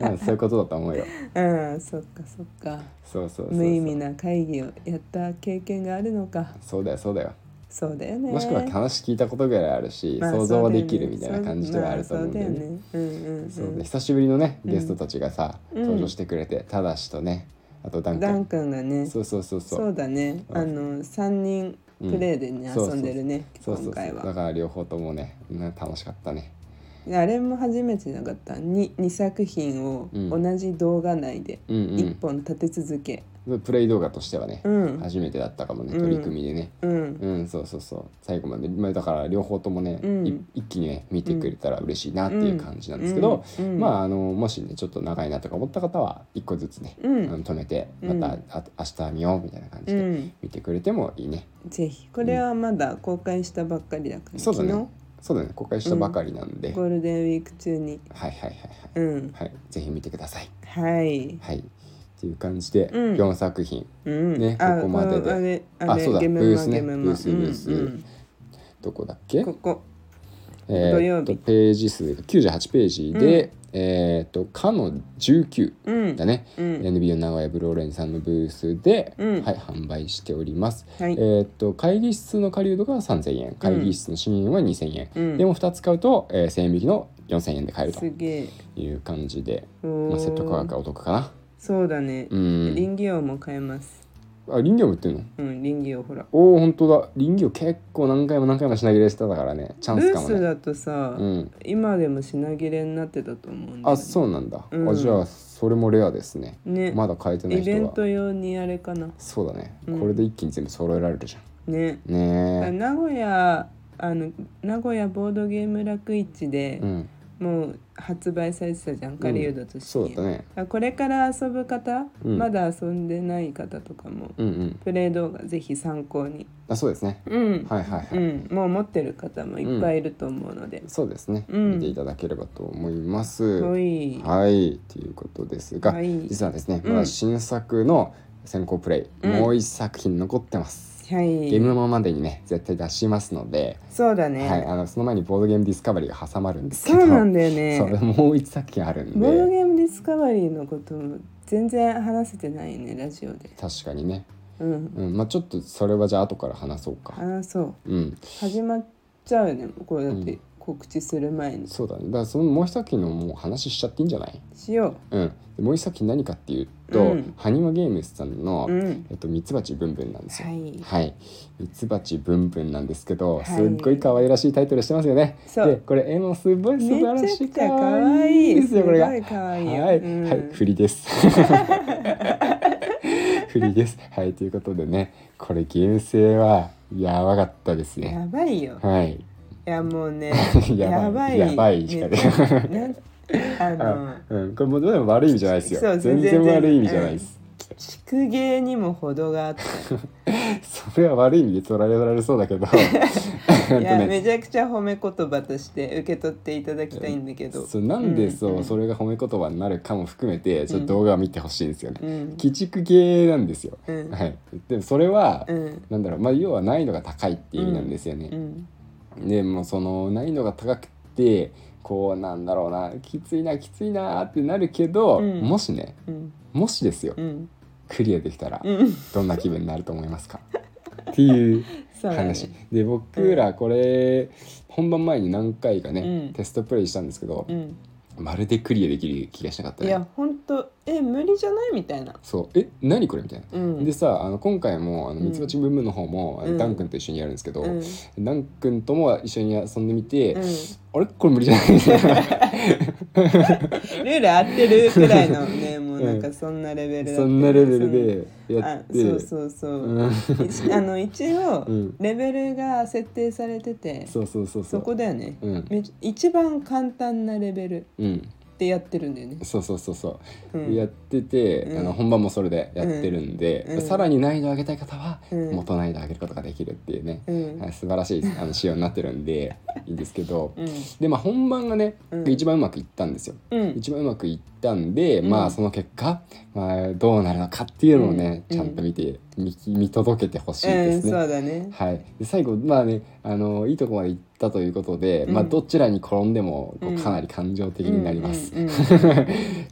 Speaker 1: ら、うん、そういうことだと思うよ。
Speaker 2: うんそっかそっか
Speaker 1: そうそうそうそう
Speaker 2: 無意味な会議をやった経験があるのか
Speaker 1: そうだよそうだよ。
Speaker 2: そうだよね
Speaker 1: もしくは話聞いたことぐらいあるし、
Speaker 2: まあ
Speaker 1: 想像は
Speaker 2: そうだ
Speaker 1: で
Speaker 2: よね
Speaker 1: きるみたいな感じではあると思うんだよね。
Speaker 2: まあそうだよねうんうんうん
Speaker 1: そうで久しぶりのねゲストたちがさ、
Speaker 2: うん
Speaker 1: 登場してくれて、ただしとねあとダン
Speaker 2: ダン
Speaker 1: 君
Speaker 2: 君がね
Speaker 1: そうそうそうそ
Speaker 2: そう
Speaker 1: う
Speaker 2: だね
Speaker 1: うん
Speaker 2: あの三人プレイでね、
Speaker 1: うんそうそう
Speaker 2: 遊んでるね
Speaker 1: そうそうそう
Speaker 2: 今回
Speaker 1: だ
Speaker 2: は
Speaker 1: から両方ともねね楽しかったね
Speaker 2: あれも初めてじゃなかったに二作品を
Speaker 1: うん
Speaker 2: 同じ動画内で
Speaker 1: うんうん
Speaker 2: 一本立て続け
Speaker 1: プレイ動画としてはね、
Speaker 2: うん
Speaker 1: 初めてだったかもね
Speaker 2: うん
Speaker 1: 取り組みでね
Speaker 2: うん、
Speaker 1: うん、そうそうそう最後まで、まあ、だから両方ともね、
Speaker 2: うん
Speaker 1: い一気にね見てくれたら嬉しいなっていう感じなんですけど、
Speaker 2: うんうん
Speaker 1: まああのもしねちょっと長いなとか思った方は一個ずつね、
Speaker 2: うん
Speaker 1: あの止めてま
Speaker 2: うん
Speaker 1: た、あ明日見ようみたいな感じ
Speaker 2: う
Speaker 1: で
Speaker 2: ん
Speaker 1: 見てくれてもいいね、
Speaker 2: ぜひこれはまだ公開したばっかりだから、
Speaker 1: そうだね
Speaker 2: 昨。
Speaker 1: そうだね。公開したばかりなんで、
Speaker 2: 日ゴ
Speaker 1: はい
Speaker 2: ールデンウィーク中に
Speaker 1: はいはいは
Speaker 2: う
Speaker 1: い。
Speaker 2: ん
Speaker 1: はい、ぜひ見てください。
Speaker 2: はい、
Speaker 1: はい。っていう感じで、
Speaker 2: うん
Speaker 1: 四作品
Speaker 2: うん
Speaker 1: ね
Speaker 2: あ
Speaker 1: ここまでで
Speaker 2: あれ
Speaker 1: あ
Speaker 2: あれ
Speaker 1: そうだ
Speaker 2: ゲム
Speaker 1: ブー
Speaker 2: マ
Speaker 1: スね
Speaker 2: ゲムマ
Speaker 1: ブースブース
Speaker 2: うん
Speaker 1: どこだっけ
Speaker 2: うん、こ？こ
Speaker 1: えーっと
Speaker 2: 土曜日
Speaker 1: ページ数が九十八ページで、えーっとかの十九
Speaker 2: うん
Speaker 1: だね。
Speaker 2: うん
Speaker 1: NBO 名古屋ブローレンさんのブースで、
Speaker 2: うん
Speaker 1: はい販売しております。
Speaker 2: はい
Speaker 1: えーっと会議室の借り入れが三千円、会議室の市民は二千円。
Speaker 2: うん
Speaker 1: でも二つ買うと千、えー、1000円引きの四千円で買えると
Speaker 2: すげえ
Speaker 1: いう感じで、
Speaker 2: おー
Speaker 1: まあセット価格がお得かな。
Speaker 2: そうだね、
Speaker 1: うん。
Speaker 2: 林業も変えます
Speaker 1: あ林業売ってるの
Speaker 2: うん林業ほら
Speaker 1: おお本当だ林業結構何回も何回も品切れしてたからねチャン
Speaker 2: ブ
Speaker 1: スか
Speaker 2: ー
Speaker 1: も
Speaker 2: ス
Speaker 1: ね
Speaker 2: だとさ、
Speaker 1: うん
Speaker 2: 今でも品切れになってたと思うんだよ
Speaker 1: あ
Speaker 2: ね
Speaker 1: そうなんだ、
Speaker 2: うん
Speaker 1: あじゃあそれもレアですね
Speaker 2: ね
Speaker 1: まだ買えてな
Speaker 2: イ
Speaker 1: い
Speaker 2: ベ
Speaker 1: 人
Speaker 2: ン
Speaker 1: は
Speaker 2: ト用にあれかな
Speaker 1: そうだね、
Speaker 2: うん
Speaker 1: これで一気に全部揃えられるじゃ
Speaker 2: ね
Speaker 1: んね
Speaker 2: 名古屋あの名古屋ボードゲーム楽市で
Speaker 1: え、うん
Speaker 2: もう発売されてたじゃん、狩人として
Speaker 1: そうだね
Speaker 2: これから遊ぶ方、
Speaker 1: うん
Speaker 2: まだ遊んでない方とかも、
Speaker 1: うんうん
Speaker 2: プレイ動画ぜひ参考に
Speaker 1: あそうですね
Speaker 2: うん、
Speaker 1: はいはいはい、
Speaker 2: うん、もう持ってる方もいっぱいいると思うので、
Speaker 1: そうですね、
Speaker 2: うん
Speaker 1: 見ていただければと思います、
Speaker 2: ほい
Speaker 1: はい、ということですが、
Speaker 2: はい
Speaker 1: 実はですね、
Speaker 2: うん
Speaker 1: まだ新作の先行プレイ、
Speaker 2: うん
Speaker 1: もう一作品残ってます。
Speaker 2: はい
Speaker 1: ゲームマまでにね、絶対出しますので、
Speaker 2: そうだね、
Speaker 1: はい、あのその前にボードゲームディスカバリーが挟まるんですけ
Speaker 2: そ
Speaker 1: ど、
Speaker 2: うなんだよね
Speaker 1: そうもう一作品あるん
Speaker 2: ボード
Speaker 1: で、
Speaker 2: ゲームディスカバリーのことも全然話せてないねラジオで
Speaker 1: 確かにね、
Speaker 2: うん
Speaker 1: うん、まあちょっとそれはじゃあ後から話そうか。
Speaker 2: ああそう
Speaker 1: うん、
Speaker 2: 始まっちゃうよねこうだっ
Speaker 1: う
Speaker 2: て
Speaker 1: ん
Speaker 2: 告知する前に
Speaker 1: そうだね。だからそのもう一作品のもう話しちゃっていいんじゃない？
Speaker 2: しよ
Speaker 1: うん。でもう一作品何かっていうと、
Speaker 2: うん
Speaker 1: ハニワゲームズさんの、
Speaker 2: ううん
Speaker 1: えっとミツバチブンブンなんですよ。
Speaker 2: はい
Speaker 1: はい、ミツバチブンブンなんですけど、
Speaker 2: はい
Speaker 1: すっごい可愛らしいタイトルしてますよね。
Speaker 2: そう
Speaker 1: で、これ絵もすごい素晴ら
Speaker 2: め
Speaker 1: し
Speaker 2: ちゃ
Speaker 1: い
Speaker 2: くちゃ
Speaker 1: 可
Speaker 2: 可
Speaker 1: 愛
Speaker 2: 愛
Speaker 1: い
Speaker 2: い
Speaker 1: ですよこれが。は
Speaker 2: すごい可愛いよ
Speaker 1: い、
Speaker 2: うん
Speaker 1: はい、振りです。振りです。はい、ということでね、これゲーム性はやばかったですね。
Speaker 2: やばいよ
Speaker 1: はい、
Speaker 2: いやもうね
Speaker 1: や
Speaker 2: や
Speaker 1: ば
Speaker 2: ば
Speaker 1: い
Speaker 2: い
Speaker 1: やばいしかね
Speaker 2: ね あの
Speaker 1: あうん、これもうでも悪い意味じゃないです
Speaker 2: そ
Speaker 1: よ。
Speaker 2: う
Speaker 1: 全
Speaker 2: 全然
Speaker 1: 然悪い意味じゃないです。
Speaker 2: 宿芸にも程があ って
Speaker 1: それは悪い意味で取られられそうだけど、ほん
Speaker 2: い
Speaker 1: と
Speaker 2: や
Speaker 1: ね
Speaker 2: めちゃくちゃ褒め言葉として受け取っていただきたいんだけど
Speaker 1: そうなんでそう、
Speaker 2: うん
Speaker 1: それが褒め言葉になるかも含めてちょっと動画を見てほしいんですよね、
Speaker 2: うん
Speaker 1: 鬼畜系なんですよ、
Speaker 2: うん
Speaker 1: はいでもそれは、
Speaker 2: うん
Speaker 1: なんだろうまあ要は難易度が高いっていう意味なんですよ
Speaker 2: う
Speaker 1: ね、
Speaker 2: ん
Speaker 1: でもうその難易度が高くてこうなんだろうなきついなきついなってなるけど、
Speaker 2: うん
Speaker 1: もしね
Speaker 2: うん
Speaker 1: もしですよ、
Speaker 2: うん
Speaker 1: クリアできたら、
Speaker 2: うん
Speaker 1: どんな気分になると思い ますかっていう
Speaker 2: そうだね
Speaker 1: 話、で僕らこれ、本番前に何回かね、
Speaker 2: うん
Speaker 1: テストプレイしたんですけど
Speaker 2: う、ん
Speaker 1: まるでクリアできる気がしなかった
Speaker 2: い
Speaker 1: ね
Speaker 2: やほんとえ無理じゃないみたいな
Speaker 1: そうえ何これみたいな、
Speaker 2: うん
Speaker 1: でさあの今回もあの
Speaker 2: うん
Speaker 1: ミツバチブームの方も、あの
Speaker 2: うん
Speaker 1: ダン君と一緒にやるんですけど、
Speaker 2: うん
Speaker 1: ダン君とも一緒に遊んでみて、
Speaker 2: うん
Speaker 1: あれこれ無理じゃないみたいな
Speaker 2: ルール合ってるくらいのねもうなんかそんなレベルだった
Speaker 1: そんなレベルで
Speaker 2: その
Speaker 1: や
Speaker 2: あ
Speaker 1: って
Speaker 2: そうそうそう
Speaker 1: うん
Speaker 2: 一あの一応
Speaker 1: うん
Speaker 2: レベルが設定されてて
Speaker 1: そうそうそうそ
Speaker 2: そうこだよね
Speaker 1: うん
Speaker 2: め一番簡単なレベル
Speaker 1: うん
Speaker 2: でやってるんだよね
Speaker 1: そうそうそうそううんやってて、
Speaker 2: うん
Speaker 1: あの本番もそれでやってるんで、
Speaker 2: うん
Speaker 1: さらに難易度上げたい方は
Speaker 2: うん
Speaker 1: 元難易度上げることができるっていうね、
Speaker 2: うん
Speaker 1: はい素晴らしいあの仕様になってるんでいいんですけど、
Speaker 2: うん
Speaker 1: でまあ本番がね、
Speaker 2: うん
Speaker 1: 一番うまくいったんですよ。
Speaker 2: うん
Speaker 1: 一番うまくいったんで、
Speaker 2: うん
Speaker 1: まあその結果、まあ、どうなるのかっていうのをね、
Speaker 2: うん
Speaker 1: ちゃんと見て見見届けてほしいです
Speaker 2: うん
Speaker 1: ね。
Speaker 2: そうだね
Speaker 1: はい、で最後まあねあのいいとこまで行ったということで、
Speaker 2: うん
Speaker 1: まあ、どちらに転んでもこう
Speaker 2: うん
Speaker 1: かなり感情的になります、
Speaker 2: うんうん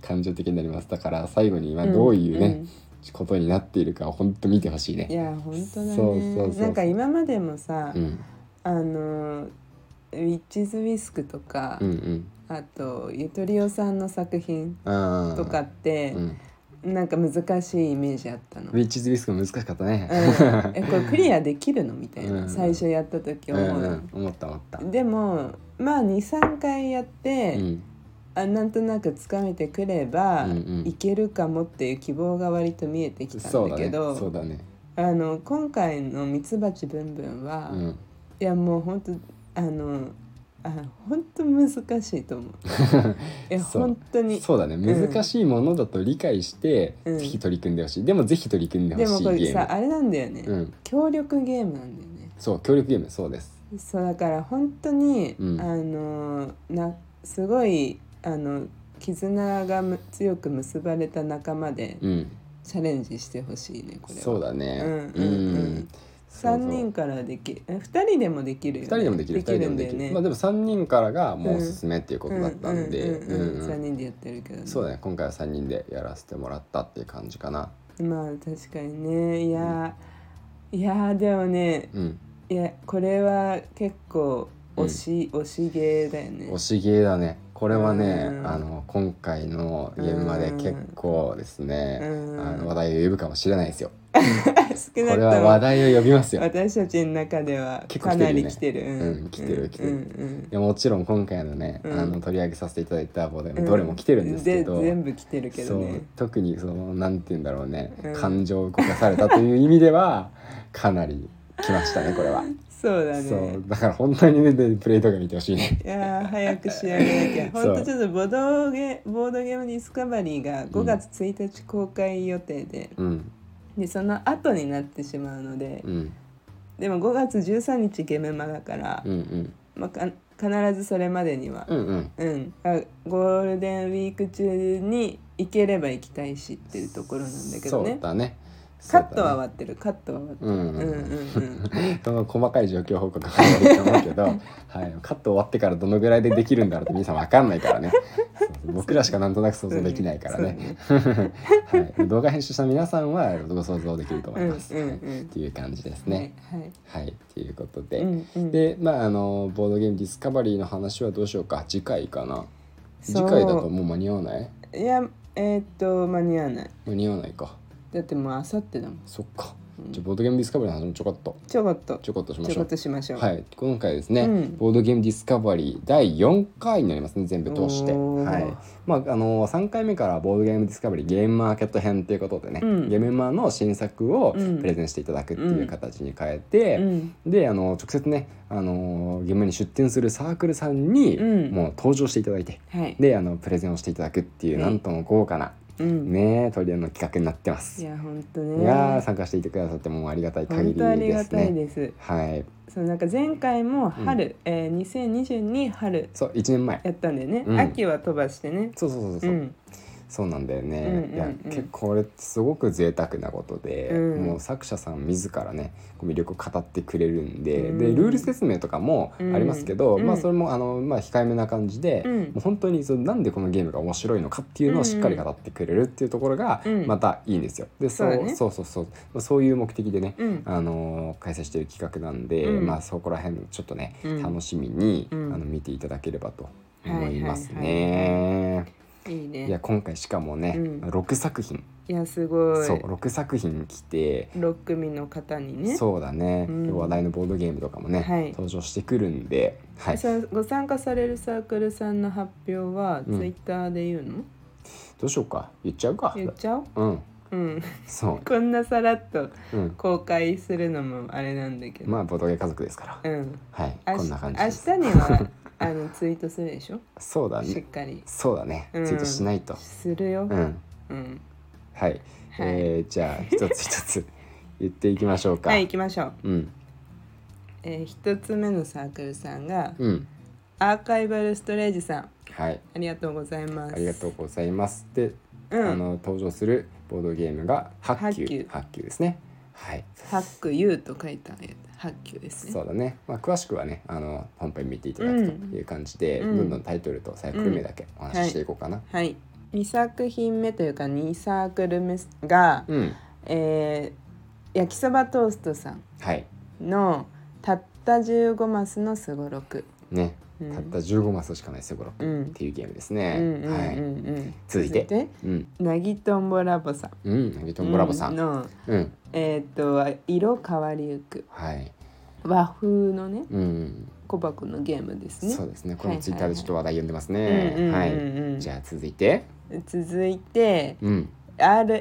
Speaker 1: 感情的になりますだから最後に まあどういうね、ことになっているかを本当見てほしい
Speaker 2: うんい
Speaker 1: ね。
Speaker 2: や本当だね
Speaker 1: そうそうそう
Speaker 2: なんか今までもさ、
Speaker 1: うん、
Speaker 2: あのウィッチズ・ウィスクとか、
Speaker 1: うん、うん、
Speaker 2: あとゆとりおさんの作品
Speaker 1: あー
Speaker 2: とかっ、て
Speaker 1: う、ん、
Speaker 2: なんか難しいイメージあったの。
Speaker 1: ウィッチズビスクも難しかったね。
Speaker 2: うんえこれクリアできるのみたいな、
Speaker 1: うん
Speaker 2: 最初やった 時
Speaker 1: うん、
Speaker 2: 思
Speaker 1: う
Speaker 2: う、
Speaker 1: ん、思った、思った。
Speaker 2: でもまあ23回やって、
Speaker 1: うん、
Speaker 2: あなんとなくつかめてくれば、
Speaker 1: うんうん
Speaker 2: いけるかもっていう希望が割と見えてきた
Speaker 1: そ
Speaker 2: ん
Speaker 1: う
Speaker 2: だ
Speaker 1: だ
Speaker 2: け
Speaker 1: ね。
Speaker 2: ど、
Speaker 1: そうだね。
Speaker 2: あの今回の「ミツバチブンブンは」
Speaker 1: うん、
Speaker 2: いやもう本当あのあ本当難しい と思う。いや
Speaker 1: そう
Speaker 2: 本当に
Speaker 1: そうだね。
Speaker 2: うん
Speaker 1: 難しいものだと理解して、
Speaker 2: うん
Speaker 1: ぜひ取り組んでほしい。でも、ぜひ取り組んでほ
Speaker 2: でも
Speaker 1: しい
Speaker 2: これ
Speaker 1: ゲ
Speaker 2: さ
Speaker 1: ー
Speaker 2: あれなんだよね、
Speaker 1: ム。うん、
Speaker 2: 協力ゲームなんだよね。
Speaker 1: そう、協力ゲーム、そうです。
Speaker 2: そうだから本当に、
Speaker 1: うん
Speaker 2: あのなすごいあの絆がむ強く結ばれた仲間で
Speaker 1: うん、
Speaker 2: チャレンジしてほしいねこれは。
Speaker 1: そうだね。
Speaker 2: うんうんうん
Speaker 1: そうそう
Speaker 2: 三人からできえ二人でもできるよ、
Speaker 1: 二
Speaker 2: ね、
Speaker 1: 人でもできる、二人で
Speaker 2: ん
Speaker 1: も
Speaker 2: だ
Speaker 1: で
Speaker 2: よ
Speaker 1: き
Speaker 2: ね
Speaker 1: る。まあ、でも三人からがもうおすすめっていうことだったんで。
Speaker 2: うんうんうんうん
Speaker 1: うん
Speaker 2: 三人でやってるけど、ね、
Speaker 1: そうだね今回は3人でやらせてもらったっていう感じかな
Speaker 2: まあ確かにねいやーいやーでもね
Speaker 1: うん
Speaker 2: いやこれは結構推し、推しゲーだよね
Speaker 1: 惜しげだねこれはね、
Speaker 2: うん
Speaker 1: あの今回の現場で結構ですね、
Speaker 2: うん
Speaker 1: あの話題を呼ぶかもしれないですよ
Speaker 2: 少な
Speaker 1: こ
Speaker 2: く
Speaker 1: れは
Speaker 2: と
Speaker 1: 話
Speaker 2: も
Speaker 1: 題を呼びますよ。い
Speaker 2: 私たちの中では
Speaker 1: 結構
Speaker 2: か
Speaker 1: 来てる
Speaker 2: な
Speaker 1: よね
Speaker 2: り来てる
Speaker 1: うん来てる来てる
Speaker 2: うんうん
Speaker 1: やもちろん今回のね、
Speaker 2: うん
Speaker 1: あの取り上げさせていただいた方で
Speaker 2: うん
Speaker 1: どれも来てるんですけど、
Speaker 2: で全部来てるけど
Speaker 1: そ
Speaker 2: ね
Speaker 1: う特にそのなんて言うんだろうね、
Speaker 2: うん
Speaker 1: 感情を動かされたという意味ではかなり来ましたねこれは。
Speaker 2: そうだね
Speaker 1: そうだから本当にねでプレイ動画見てほしいね。
Speaker 2: いやー早く仕上げなきゃ
Speaker 1: そう
Speaker 2: 本当ちょっとボードゲボードゲームディスカバリーが5月1日公開予定で,、
Speaker 1: うん
Speaker 2: でその後になってしまうので、
Speaker 1: うん
Speaker 2: でも5月13日ゲメマだから
Speaker 1: う、んうん
Speaker 2: まあ、か必ずそれまでには、
Speaker 1: うんうん
Speaker 2: うんあゴールデンウィーク中に行ければ行きたいしっていうところなんだけど
Speaker 1: そう
Speaker 2: ね
Speaker 1: だね。
Speaker 2: カッ
Speaker 1: そう
Speaker 2: トは
Speaker 1: だね
Speaker 2: 終わってるカットは終わってる、
Speaker 1: うん
Speaker 2: うんうんうん、
Speaker 1: その細かい状況報告はないと思うけ ど、はい、カット終わってからどのぐらいでできるんだろうって皆さんわかんない からねそうそう僕らしかなんとなく想像できないからね、 はい、動画編集した皆さんはご想像できると思います、
Speaker 2: うんうんうん
Speaker 1: はいっていう感じです ね。
Speaker 2: はい、
Speaker 1: はいっていうこと
Speaker 2: はい
Speaker 1: で、
Speaker 2: うんうん、
Speaker 1: でまああのボードゲームディスカバリーの話はどうしようか次回かな次回だともう間に合わない
Speaker 2: いやえーっと間に合わない
Speaker 1: 間に合わないか
Speaker 2: だってもうあさってだもん
Speaker 1: そっか、じゃあボードゲームディスカバリーの話もちょこっと
Speaker 2: ちょこっと
Speaker 1: ちょこっとしま
Speaker 2: ちょ
Speaker 1: し
Speaker 2: こ
Speaker 1: ょ
Speaker 2: っ
Speaker 1: う
Speaker 2: としましょう
Speaker 1: はい、今回ですね、
Speaker 2: うん
Speaker 1: ボードゲームディスカバリー第4回になりますね全部通して、
Speaker 2: おー
Speaker 1: はいまあ、あの3回目からボードゲームディスカバリーゲームマーケット編ということでね、
Speaker 2: うん
Speaker 1: ゲームマーの新作を
Speaker 2: うん
Speaker 1: プレゼンしていただくっていう形に変えて、
Speaker 2: うん
Speaker 1: であの直接ねあのゲームに出展するサークルさんに
Speaker 2: うん
Speaker 1: もう登場していただいて、
Speaker 2: はい
Speaker 1: であのプレゼンをしていただくっていう
Speaker 2: ね
Speaker 1: なんとも豪華な、
Speaker 2: うん
Speaker 1: ねトリオの企画になってます。
Speaker 2: い
Speaker 1: い
Speaker 2: や本当ね
Speaker 1: やー参加していてくださってもうありがたい限
Speaker 2: 本
Speaker 1: り
Speaker 2: 当あり
Speaker 1: で
Speaker 2: が
Speaker 1: す
Speaker 2: たい
Speaker 1: ね。
Speaker 2: です
Speaker 1: はい、
Speaker 2: そのなんか前回も春、えー、2022春
Speaker 1: そう1年前
Speaker 2: やったんだよね、
Speaker 1: うん
Speaker 2: 秋は飛ばしてね
Speaker 1: そうそうそう
Speaker 2: う
Speaker 1: そう、
Speaker 2: ん
Speaker 1: そうなんだよね、
Speaker 2: うんうんうん
Speaker 1: いや結構これすごく贅沢なことで、
Speaker 2: うん
Speaker 1: もう作者さん自らねこう魅力を語ってくれるんで、
Speaker 2: うん
Speaker 1: でルール説明とかもありますけど、
Speaker 2: うん
Speaker 1: まあ
Speaker 2: うん
Speaker 1: それもあの、まあ、控えめな感じで、
Speaker 2: うん
Speaker 1: もう本当にそのなんでこのゲームが面白いのかっていうのをしっかり語ってくれるっていうところが
Speaker 2: うん
Speaker 1: またいいんですよ。でそう
Speaker 2: そうだね
Speaker 1: そうそうそうまあそういう目的でね、
Speaker 2: うん
Speaker 1: あのー開催してる企画なんで、
Speaker 2: うん
Speaker 1: まあそこら辺ちょっとね、
Speaker 2: うん
Speaker 1: 楽しみに、
Speaker 2: うん
Speaker 1: あの見ていただければと思いますね。
Speaker 2: はいいいね
Speaker 1: いや今回しかもね、
Speaker 2: うん
Speaker 1: 6作品
Speaker 2: いやすごい
Speaker 1: そう6作品来て、
Speaker 2: 6組の方にね
Speaker 1: そうだね、
Speaker 2: うん
Speaker 1: 話題のボードゲームとかもね、
Speaker 2: はい
Speaker 1: 登場してくるんで、はい、
Speaker 2: さご参加されるサークルさんの発表はツ
Speaker 1: うん
Speaker 2: イッターで言うの、
Speaker 1: どうしようか言っちゃうか
Speaker 2: 言っちゃおう
Speaker 1: うん
Speaker 2: うん、
Speaker 1: そ
Speaker 2: こんなさらっと
Speaker 1: う、うん、
Speaker 2: 公開するのもあれなんだけど、
Speaker 1: まあボードゲー家族ですから、
Speaker 2: うん
Speaker 1: はい
Speaker 2: あし
Speaker 1: こんな感じです
Speaker 2: 明日に はあのツイートするでしょ
Speaker 1: そうだ
Speaker 2: しっ
Speaker 1: ね
Speaker 2: かり
Speaker 1: そうだね、
Speaker 2: うん
Speaker 1: ツイートしないと
Speaker 2: するよ、
Speaker 1: うん、
Speaker 2: うん
Speaker 1: はい、
Speaker 2: はい
Speaker 1: えーじゃあ一つ一つ 言っていきましょうか、
Speaker 2: はい行きましょう、
Speaker 1: うん
Speaker 2: えー、一つ目のサークルさんが、
Speaker 1: うん
Speaker 2: アーカイバルストレージさん
Speaker 1: はい
Speaker 2: ありがとうございます
Speaker 1: ありがとうございますで
Speaker 2: う
Speaker 1: あ
Speaker 2: ん
Speaker 1: の登場するボードゲームが白球
Speaker 2: 白球
Speaker 1: 白球ですね。はい、
Speaker 2: ハック U と書いたやつハッキュです
Speaker 1: そ
Speaker 2: ね
Speaker 1: うだね。まあ詳しくはね、あの本編見ていただく
Speaker 2: うん
Speaker 1: という感じで、
Speaker 2: うん
Speaker 1: どんどんタイトルとサイクル名だけお話ししていこうかな。
Speaker 2: はい2作品目というか2サークル目が、
Speaker 1: うん、
Speaker 2: えー焼きそばトーストさん
Speaker 1: はい。
Speaker 2: のたった15マスのすごろく
Speaker 1: ね、
Speaker 2: うん
Speaker 1: たった15マスしかないセブロッ
Speaker 2: う
Speaker 1: ク
Speaker 2: ん
Speaker 1: っていうゲームです
Speaker 2: う
Speaker 1: ね。
Speaker 2: んうんうん
Speaker 1: はい。
Speaker 2: うん
Speaker 1: 続いてうん、
Speaker 2: なぎとんぼラボさん
Speaker 1: うん、ナギトンボラボさん。
Speaker 2: の
Speaker 1: うん、
Speaker 2: えーっと色変わりゆく
Speaker 1: はい。
Speaker 2: 和風のね
Speaker 1: うん、
Speaker 2: 小箱のゲームですね
Speaker 1: そうですね。これ
Speaker 2: はい
Speaker 1: もツイッターでちょっと話題呼んでます
Speaker 2: うん
Speaker 1: ね。は
Speaker 2: うんうんうん
Speaker 1: い。じゃあ続いて、
Speaker 2: 続いて
Speaker 1: うん、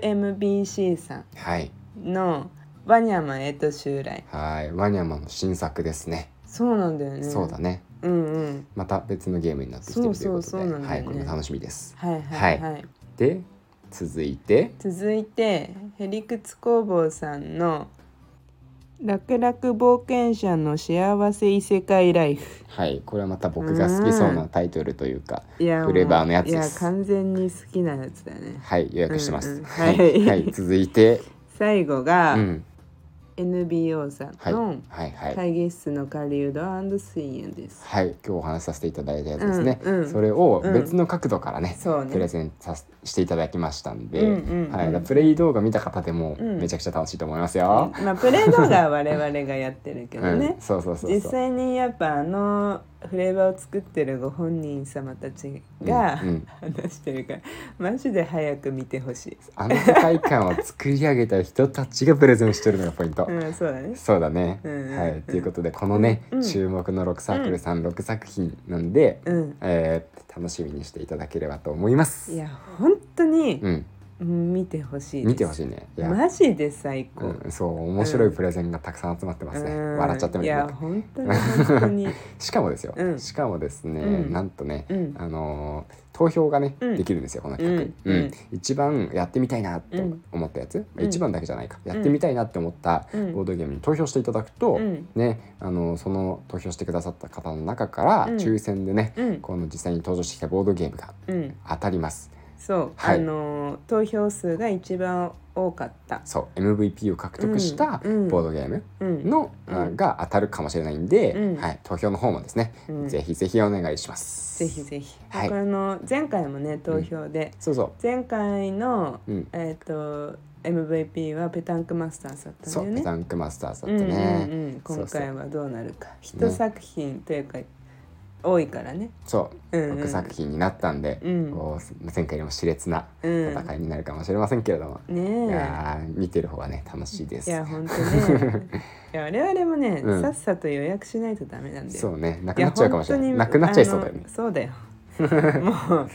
Speaker 2: RMBC さ
Speaker 1: はい。
Speaker 2: んのバニャマへと襲来
Speaker 1: はい、ワニャマの新作ですね。
Speaker 2: そうなんだよね
Speaker 1: そうだね。
Speaker 2: うんうん
Speaker 1: また別のゲームになってきてるということで
Speaker 2: そうそうそうなんだよ
Speaker 1: はい
Speaker 2: ね
Speaker 1: これも楽しみです
Speaker 2: はいはいはい、
Speaker 1: で続いて
Speaker 2: 続いてへりくつ工房さんの「楽々冒険者の幸せ異世界ライフ
Speaker 1: はいこれはまた僕が好きそうなタイトルというか」
Speaker 2: いやもう
Speaker 1: フレーバーのやつです
Speaker 2: いや完全に好きなやつだね
Speaker 1: はい予約してます、
Speaker 2: うんうん
Speaker 1: は
Speaker 2: はい
Speaker 1: い、はい、続い て
Speaker 2: 最後が、
Speaker 1: うん
Speaker 2: NBO さん
Speaker 1: はい
Speaker 2: の
Speaker 1: はいはい
Speaker 2: 会議室の狩人水煙です、
Speaker 1: はい今日お話しさせていただいたやつですね、
Speaker 2: うんうん
Speaker 1: それを別の角度からね、
Speaker 2: そうね
Speaker 1: プレゼンさせしていただきましたんで、
Speaker 2: うんうんうん
Speaker 1: はい、だからプレイ動画見た方でも
Speaker 2: うん
Speaker 1: めちゃくちゃ楽しいと思いますよ、
Speaker 2: まあプレー動画は我々がやってるけ
Speaker 1: う
Speaker 2: どね、
Speaker 1: そうそうそうそう
Speaker 2: 実際にやっぱあのフレーバーを作ってるご本人様たちが
Speaker 1: うんうん
Speaker 2: 話してるから、マジで早く見てほしい、
Speaker 1: あの世界観を作り上げた人たちがプレゼンしてるのがポイント。
Speaker 2: うん、そうだね
Speaker 1: そうだね、
Speaker 2: うんうんうん
Speaker 1: はいということでこのね、
Speaker 2: うん
Speaker 1: 注目の6サークルさん、6作品なんで、
Speaker 2: うん
Speaker 1: えー楽しみにしていただければと思います
Speaker 2: いや本当に
Speaker 1: うん
Speaker 2: うん見てほしいです
Speaker 1: 見てほしいねいや、
Speaker 2: マジで最高、
Speaker 1: うん、そう面白いプレゼンがたくさん集まってますね、
Speaker 2: うん
Speaker 1: 笑っちゃってもい
Speaker 2: い
Speaker 1: い
Speaker 2: や本当に本 当に
Speaker 1: しかもですよ、
Speaker 2: うん
Speaker 1: しかもですね、
Speaker 2: うん
Speaker 1: なんとね、
Speaker 2: うん
Speaker 1: あのー投票がね、
Speaker 2: うん
Speaker 1: できるんですよこの企画、
Speaker 2: うんうん
Speaker 1: 一番やってみたいなと思ったやつ、
Speaker 2: うん
Speaker 1: 一番だけじゃないか、やってみたいなって思った
Speaker 2: うん
Speaker 1: ボードゲームに投票していただくと、
Speaker 2: うん
Speaker 1: ね、あのその投票してくださった方の中から
Speaker 2: うん
Speaker 1: 抽選でね、
Speaker 2: うん
Speaker 1: この実際に登場してきたボードゲームが
Speaker 2: うん
Speaker 1: 当たります
Speaker 2: そう、
Speaker 1: はい
Speaker 2: あのー投票数が一番多かった
Speaker 1: そう MVP を獲得した
Speaker 2: うんうん
Speaker 1: ボードゲーム
Speaker 2: うん
Speaker 1: の、
Speaker 2: うん
Speaker 1: あが当たるかもしれないんで、
Speaker 2: うん
Speaker 1: はい、投票の方もですね、
Speaker 2: うん
Speaker 1: ぜひぜひお願いします
Speaker 2: ぜひぜひ、
Speaker 1: はい
Speaker 2: これの前回もね投票で、
Speaker 1: そうそう
Speaker 2: 前回の、
Speaker 1: うん
Speaker 2: えっ、と MVP はペタンクマスターさんだった
Speaker 1: そう、
Speaker 2: んだよ
Speaker 1: ペ
Speaker 2: ね
Speaker 1: タンクマスターさ
Speaker 2: うんん
Speaker 1: と
Speaker 2: う
Speaker 1: ね、
Speaker 2: んうん、
Speaker 1: そうそう
Speaker 2: 今回はどうなるか一、
Speaker 1: ね
Speaker 2: 作品というか多いからね
Speaker 1: そう、
Speaker 2: うんうん
Speaker 1: 6作品になったんで、
Speaker 2: うん
Speaker 1: こう前回よりも熾烈な
Speaker 2: うん
Speaker 1: 戦いになるかもしれませんけれども、い
Speaker 2: ね
Speaker 1: やー見てる方がね楽しいで
Speaker 2: えい
Speaker 1: す。
Speaker 2: や本 当ねいや我々もね、
Speaker 1: うん
Speaker 2: さっさと予約しないとダメなんだよ
Speaker 1: そうねなく
Speaker 2: い
Speaker 1: な
Speaker 2: や
Speaker 1: っちゃうかもしれ
Speaker 2: 本
Speaker 1: な
Speaker 2: 当
Speaker 1: い
Speaker 2: に
Speaker 1: なくなっちゃいそうだよ
Speaker 2: あ
Speaker 1: ね
Speaker 2: の。そうだよ もう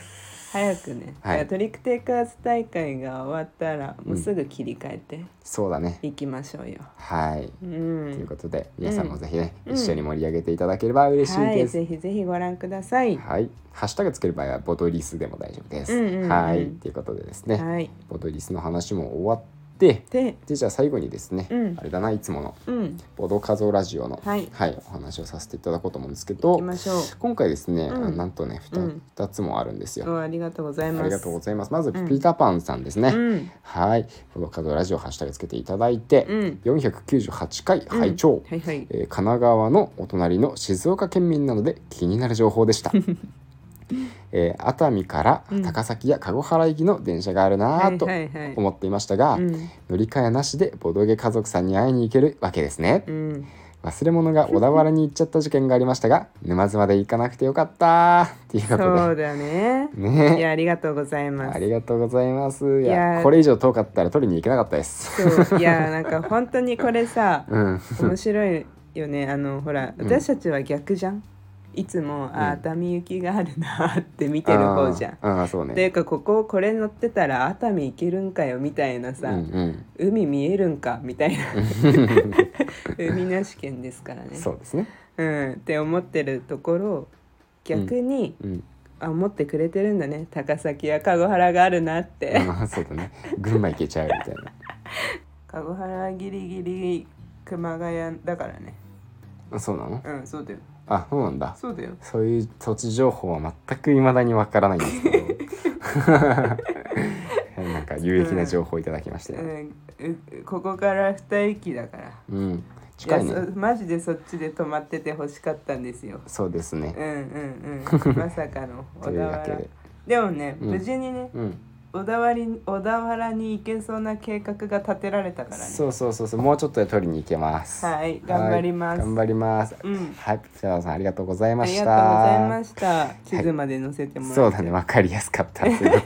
Speaker 2: 早くね、
Speaker 1: はい
Speaker 2: いやトリックテイクアーズ大会が終わったらもうすぐ切り替えて
Speaker 1: そうだね
Speaker 2: いきましょうよ、
Speaker 1: はい、
Speaker 2: う、
Speaker 1: というんことで皆さんもぜひね、
Speaker 2: うん
Speaker 1: 一緒に盛り上げていただければ嬉しい
Speaker 2: は
Speaker 1: で
Speaker 2: い
Speaker 1: す。
Speaker 2: ぜひぜひご覧くださいは
Speaker 1: はい、ハッシュタグつける場合はボトリスでも大丈夫です。
Speaker 2: うんうんうん
Speaker 1: はい、ということでですね、
Speaker 2: い、
Speaker 1: ボトリスの話も終わって、
Speaker 2: で
Speaker 1: でじゃあ最後にですね、
Speaker 2: うん
Speaker 1: あれだないつもの
Speaker 2: うん
Speaker 1: ボドカゾラジオの、
Speaker 2: はい
Speaker 1: お話をさせていただこうと思うんですけ
Speaker 2: 行
Speaker 1: ど
Speaker 2: き、ましょう
Speaker 1: 今回ですね、
Speaker 2: うん
Speaker 1: あなんとね 2,
Speaker 2: うん
Speaker 1: つもあるんですよ。
Speaker 2: おありがとうございます
Speaker 1: ありがとうございます。まずピ
Speaker 2: ん
Speaker 1: ーターパンさんですね。
Speaker 2: うん
Speaker 1: はい、ボドカゾラジオハッシュタグつけていただいて、
Speaker 2: うん
Speaker 1: 498回拝聴。
Speaker 2: はいはい
Speaker 1: えー神奈川のお隣の静岡県民なので気になる情報で した、えー熱海から高崎や籠原行きの電車があるなぁと
Speaker 2: はいはいはい
Speaker 1: 思っていましたが、
Speaker 2: うん
Speaker 1: 乗り換えなしでボドゲ家族さんに会いに行けるわけですね、
Speaker 2: うん
Speaker 1: 忘れ 物が小田原に行っちゃった事件がありましたが沼津まで行かなくてよかったっていうこ
Speaker 2: そ
Speaker 1: と
Speaker 2: うだね
Speaker 1: でね
Speaker 2: いやありがとうございます
Speaker 1: ありがとうございますいや
Speaker 2: いや
Speaker 1: これ以上遠かったら取りに行けなかったです
Speaker 2: そういやなんか本当にこれさ
Speaker 1: うん
Speaker 2: 面白いよねあのほら
Speaker 1: うん
Speaker 2: 私たちは逆じゃんいつも、あ熱海行きがあるなって見てる方じゃん。
Speaker 1: あーあーそうね
Speaker 2: っていうかこここれ乗ってたら熱海行けるんかよみたいな
Speaker 1: う
Speaker 2: さ、
Speaker 1: んうん
Speaker 2: 海見えるんかみたいな 海なし県ですからね
Speaker 1: そうですね
Speaker 2: うん、って思ってるところを逆に、
Speaker 1: うん
Speaker 2: あ思ってくれてるんだね高崎や籠原があるなって。
Speaker 1: あそうだね群馬行けちゃうみたいな
Speaker 2: 籠原ギリギリ熊谷だからね
Speaker 1: あそうなの
Speaker 2: うんそうだよ
Speaker 1: あそうなんだ
Speaker 2: そうだよ
Speaker 1: そういう土地情報は全く未だにわからないんですけど なんか有益な情報をいただきまして、
Speaker 2: うん、ここから二駅だから。
Speaker 1: うん、近い
Speaker 2: いや
Speaker 1: ね
Speaker 2: そマジでそっちで泊まってて欲しかったんですよ。
Speaker 1: そうです
Speaker 2: うん
Speaker 1: ね
Speaker 2: うん うん。まさかの
Speaker 1: と
Speaker 2: 小
Speaker 1: い
Speaker 2: 田
Speaker 1: うわけ
Speaker 2: 原
Speaker 1: で。
Speaker 2: でもね、
Speaker 1: うん
Speaker 2: 無事にね、
Speaker 1: うん、
Speaker 2: 小田原に小田原に行けそうな計画が立てられたからね。
Speaker 1: そうそうそうそうもうちょっとで取りに行けます
Speaker 2: はい頑張ります
Speaker 1: はい頑張ります、
Speaker 2: うん
Speaker 1: はいピターさんありがとうござい
Speaker 2: あ
Speaker 1: ま
Speaker 2: り
Speaker 1: し
Speaker 2: がとうござい
Speaker 1: た
Speaker 2: ました。地図まで載せてもらって。
Speaker 1: そうだねわかりやすかった すごく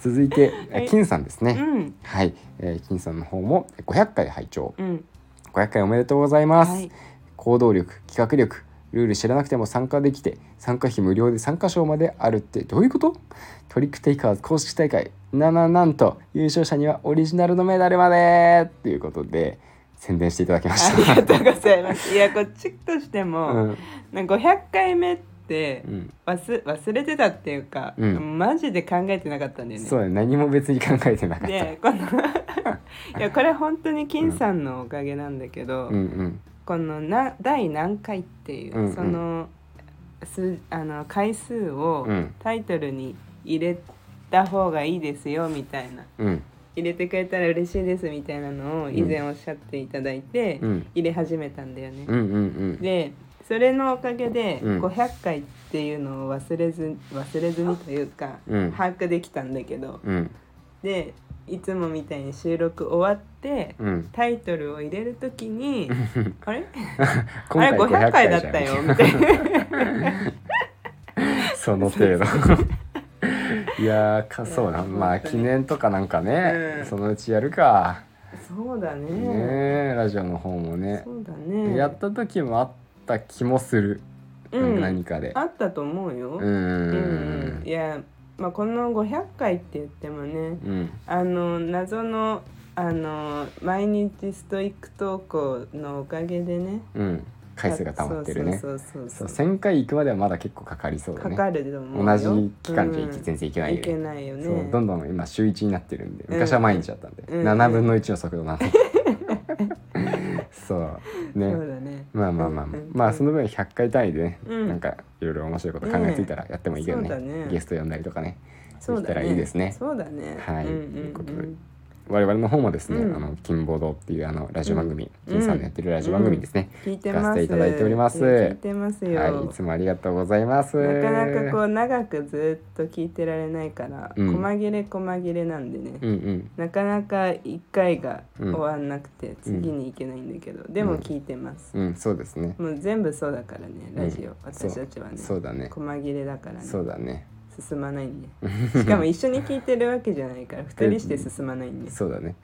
Speaker 1: 続いてあ
Speaker 2: はい
Speaker 1: 金さんですね、
Speaker 2: うん
Speaker 1: はい、えー金さんの方も500回拝聴
Speaker 2: うん。
Speaker 1: 500回おめでとうございます、
Speaker 2: はい
Speaker 1: 行動力企画力ルール知らなくても参加できて参加費無料で参加賞まであるってどういうことトリックテイカーズ公式大会なななんと優勝者にはオリジナルのメダルまでということで宣伝していただきま
Speaker 2: あ
Speaker 1: し
Speaker 2: り
Speaker 1: た
Speaker 2: がとうございます。いやこっちとし て
Speaker 1: う
Speaker 2: も、
Speaker 1: ん
Speaker 2: なんか500回目って
Speaker 1: うん
Speaker 2: 忘忘れてたっていうか、
Speaker 1: うん
Speaker 2: マジで考えてなかったんだよね。
Speaker 1: そうだね何も別に考えてなかった、
Speaker 2: でこのいやこれ本当に金さんのおかげなんだけど、
Speaker 1: うんうん
Speaker 2: このな第何回っていう、
Speaker 1: うんうん
Speaker 2: そのすあの回数を
Speaker 1: うん
Speaker 2: タイトルに入れた方がいいですよみたいな
Speaker 1: うん
Speaker 2: 入れてくれたら嬉しいですみたいなのを以前おっしゃっていただいて、
Speaker 1: うん
Speaker 2: 入れ始めたんだよね。
Speaker 1: うんうん
Speaker 2: でそれのおかげで
Speaker 1: うん
Speaker 2: 500回っていうのを忘れず忘れずにというか、
Speaker 1: うん
Speaker 2: 把握できたんだけど、
Speaker 1: うんうん
Speaker 2: でいつもみたいに収録終わって
Speaker 1: うん
Speaker 2: タイトルを入れるとき にあれあ
Speaker 1: 今
Speaker 2: れ500回だっ
Speaker 1: じゃん
Speaker 2: たよ みたいな
Speaker 1: その程度 いやーかそうな
Speaker 2: うん
Speaker 1: まあ記念とかなんかね、
Speaker 2: うん
Speaker 1: そのうちやるか
Speaker 2: そうだね
Speaker 1: ねえラジオの方もね
Speaker 2: そうだね
Speaker 1: やった時もあった気もする、
Speaker 2: うん
Speaker 1: 何かで
Speaker 2: あったと思うよ、
Speaker 1: う
Speaker 2: う
Speaker 1: ん
Speaker 2: んいや、まあ、この500回って言ってもね
Speaker 1: うん
Speaker 2: あの謎のあの毎日ストイック投稿のおかげでね
Speaker 1: うん回数が溜まってるね
Speaker 2: そうそう
Speaker 1: そ
Speaker 2: そううそう
Speaker 1: 1,000回行くまではまだ結構かかりそうだ
Speaker 2: か
Speaker 1: ね
Speaker 2: かると思う
Speaker 1: 同
Speaker 2: よ
Speaker 1: じ期間じゃいけ
Speaker 2: うん
Speaker 1: 全然いけない
Speaker 2: い
Speaker 1: で
Speaker 2: けないよね
Speaker 1: そうどんどん今週1になってるんで
Speaker 2: うん
Speaker 1: 昔は毎日だったんで、
Speaker 2: うん
Speaker 1: 7分の1の速度なの そうね
Speaker 2: そうだね
Speaker 1: まあまあまあ、
Speaker 2: うん
Speaker 1: まあその分100回単位でね、
Speaker 2: うん
Speaker 1: なんかいろいろ面白いこと考えついたらやってもいいけどね,、
Speaker 2: そうだね
Speaker 1: ゲスト呼んだりとかね
Speaker 2: そう
Speaker 1: できた
Speaker 2: だ
Speaker 1: ら
Speaker 2: ね
Speaker 1: いいですね
Speaker 2: そうだね
Speaker 1: はい
Speaker 2: うんうんん
Speaker 1: ということで我々の方もですね「
Speaker 2: うん
Speaker 1: あの金ボード」っていうあのラジオ番組、
Speaker 2: うん
Speaker 1: 金さんのやってるラジオ番組ですね、
Speaker 2: 聞いてます
Speaker 1: 聞かせていただいております
Speaker 2: 聞いてますよ、
Speaker 1: はいいつもありがとうございます
Speaker 2: なかなかこう長くずっと聞いてられないから、
Speaker 1: うん
Speaker 2: 細切れ細切れなんでね、
Speaker 1: うんうん
Speaker 2: なかなか1回が
Speaker 1: う
Speaker 2: 終
Speaker 1: ん
Speaker 2: わんなくて次に行けないんだけど、でも聞いてます、
Speaker 1: うんそうですね
Speaker 2: もう全部そうだからねラジ
Speaker 1: う
Speaker 2: オ、
Speaker 1: ん
Speaker 2: 私たちはね
Speaker 1: そうだね
Speaker 2: 細切れだからね
Speaker 1: そうだね
Speaker 2: 進まないん でしかも一緒に聞いてるわけじゃないから2人して進まないんで
Speaker 1: そうだ ね。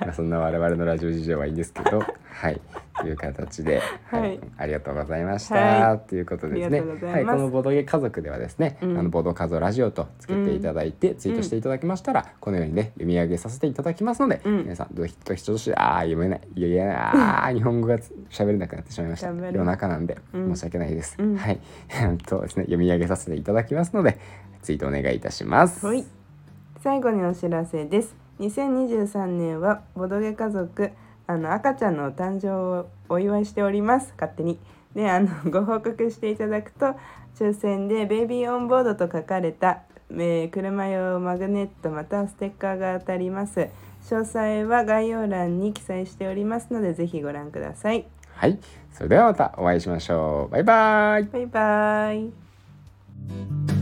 Speaker 1: まあそんな我々のラジオ事情はいいんですけど、はい、という形で、
Speaker 2: はい
Speaker 1: ありがとうございました、
Speaker 2: は
Speaker 1: ということですね。
Speaker 2: ありがとうござい
Speaker 1: はい、
Speaker 2: ま
Speaker 1: こ
Speaker 2: す
Speaker 1: のボドゲ家族ではですね、
Speaker 2: うん
Speaker 1: あのボドカズラジオとつけていただいて、ツイートしていただきましたら、このようにね読み上げさせていただきますので、
Speaker 2: うん
Speaker 1: 皆さんどう人人としてああ読めないいやいやあー日本語がつ喋れなくなってしまいました。
Speaker 2: 喋れ
Speaker 1: 夜中なんで、
Speaker 2: うん
Speaker 1: 申し訳ないです。
Speaker 2: うん
Speaker 1: はい、 とですね読み上げさせていただきますので、ツイートお願いいたします。
Speaker 2: はい。最後にお知らせです。2023年はボドゲ家族あの赤ちゃんのお誕生をお祝いしております。勝手に。で、あの ご報告していただくと抽選でベイビーオンボードと書かれた、えー車用マグネットまたはステッカーが当たります。詳細は概要欄に記載しておりますのでぜひご覧ください。
Speaker 1: はい、それではまたお会いしましょう。バイバイ。
Speaker 2: バイバイ。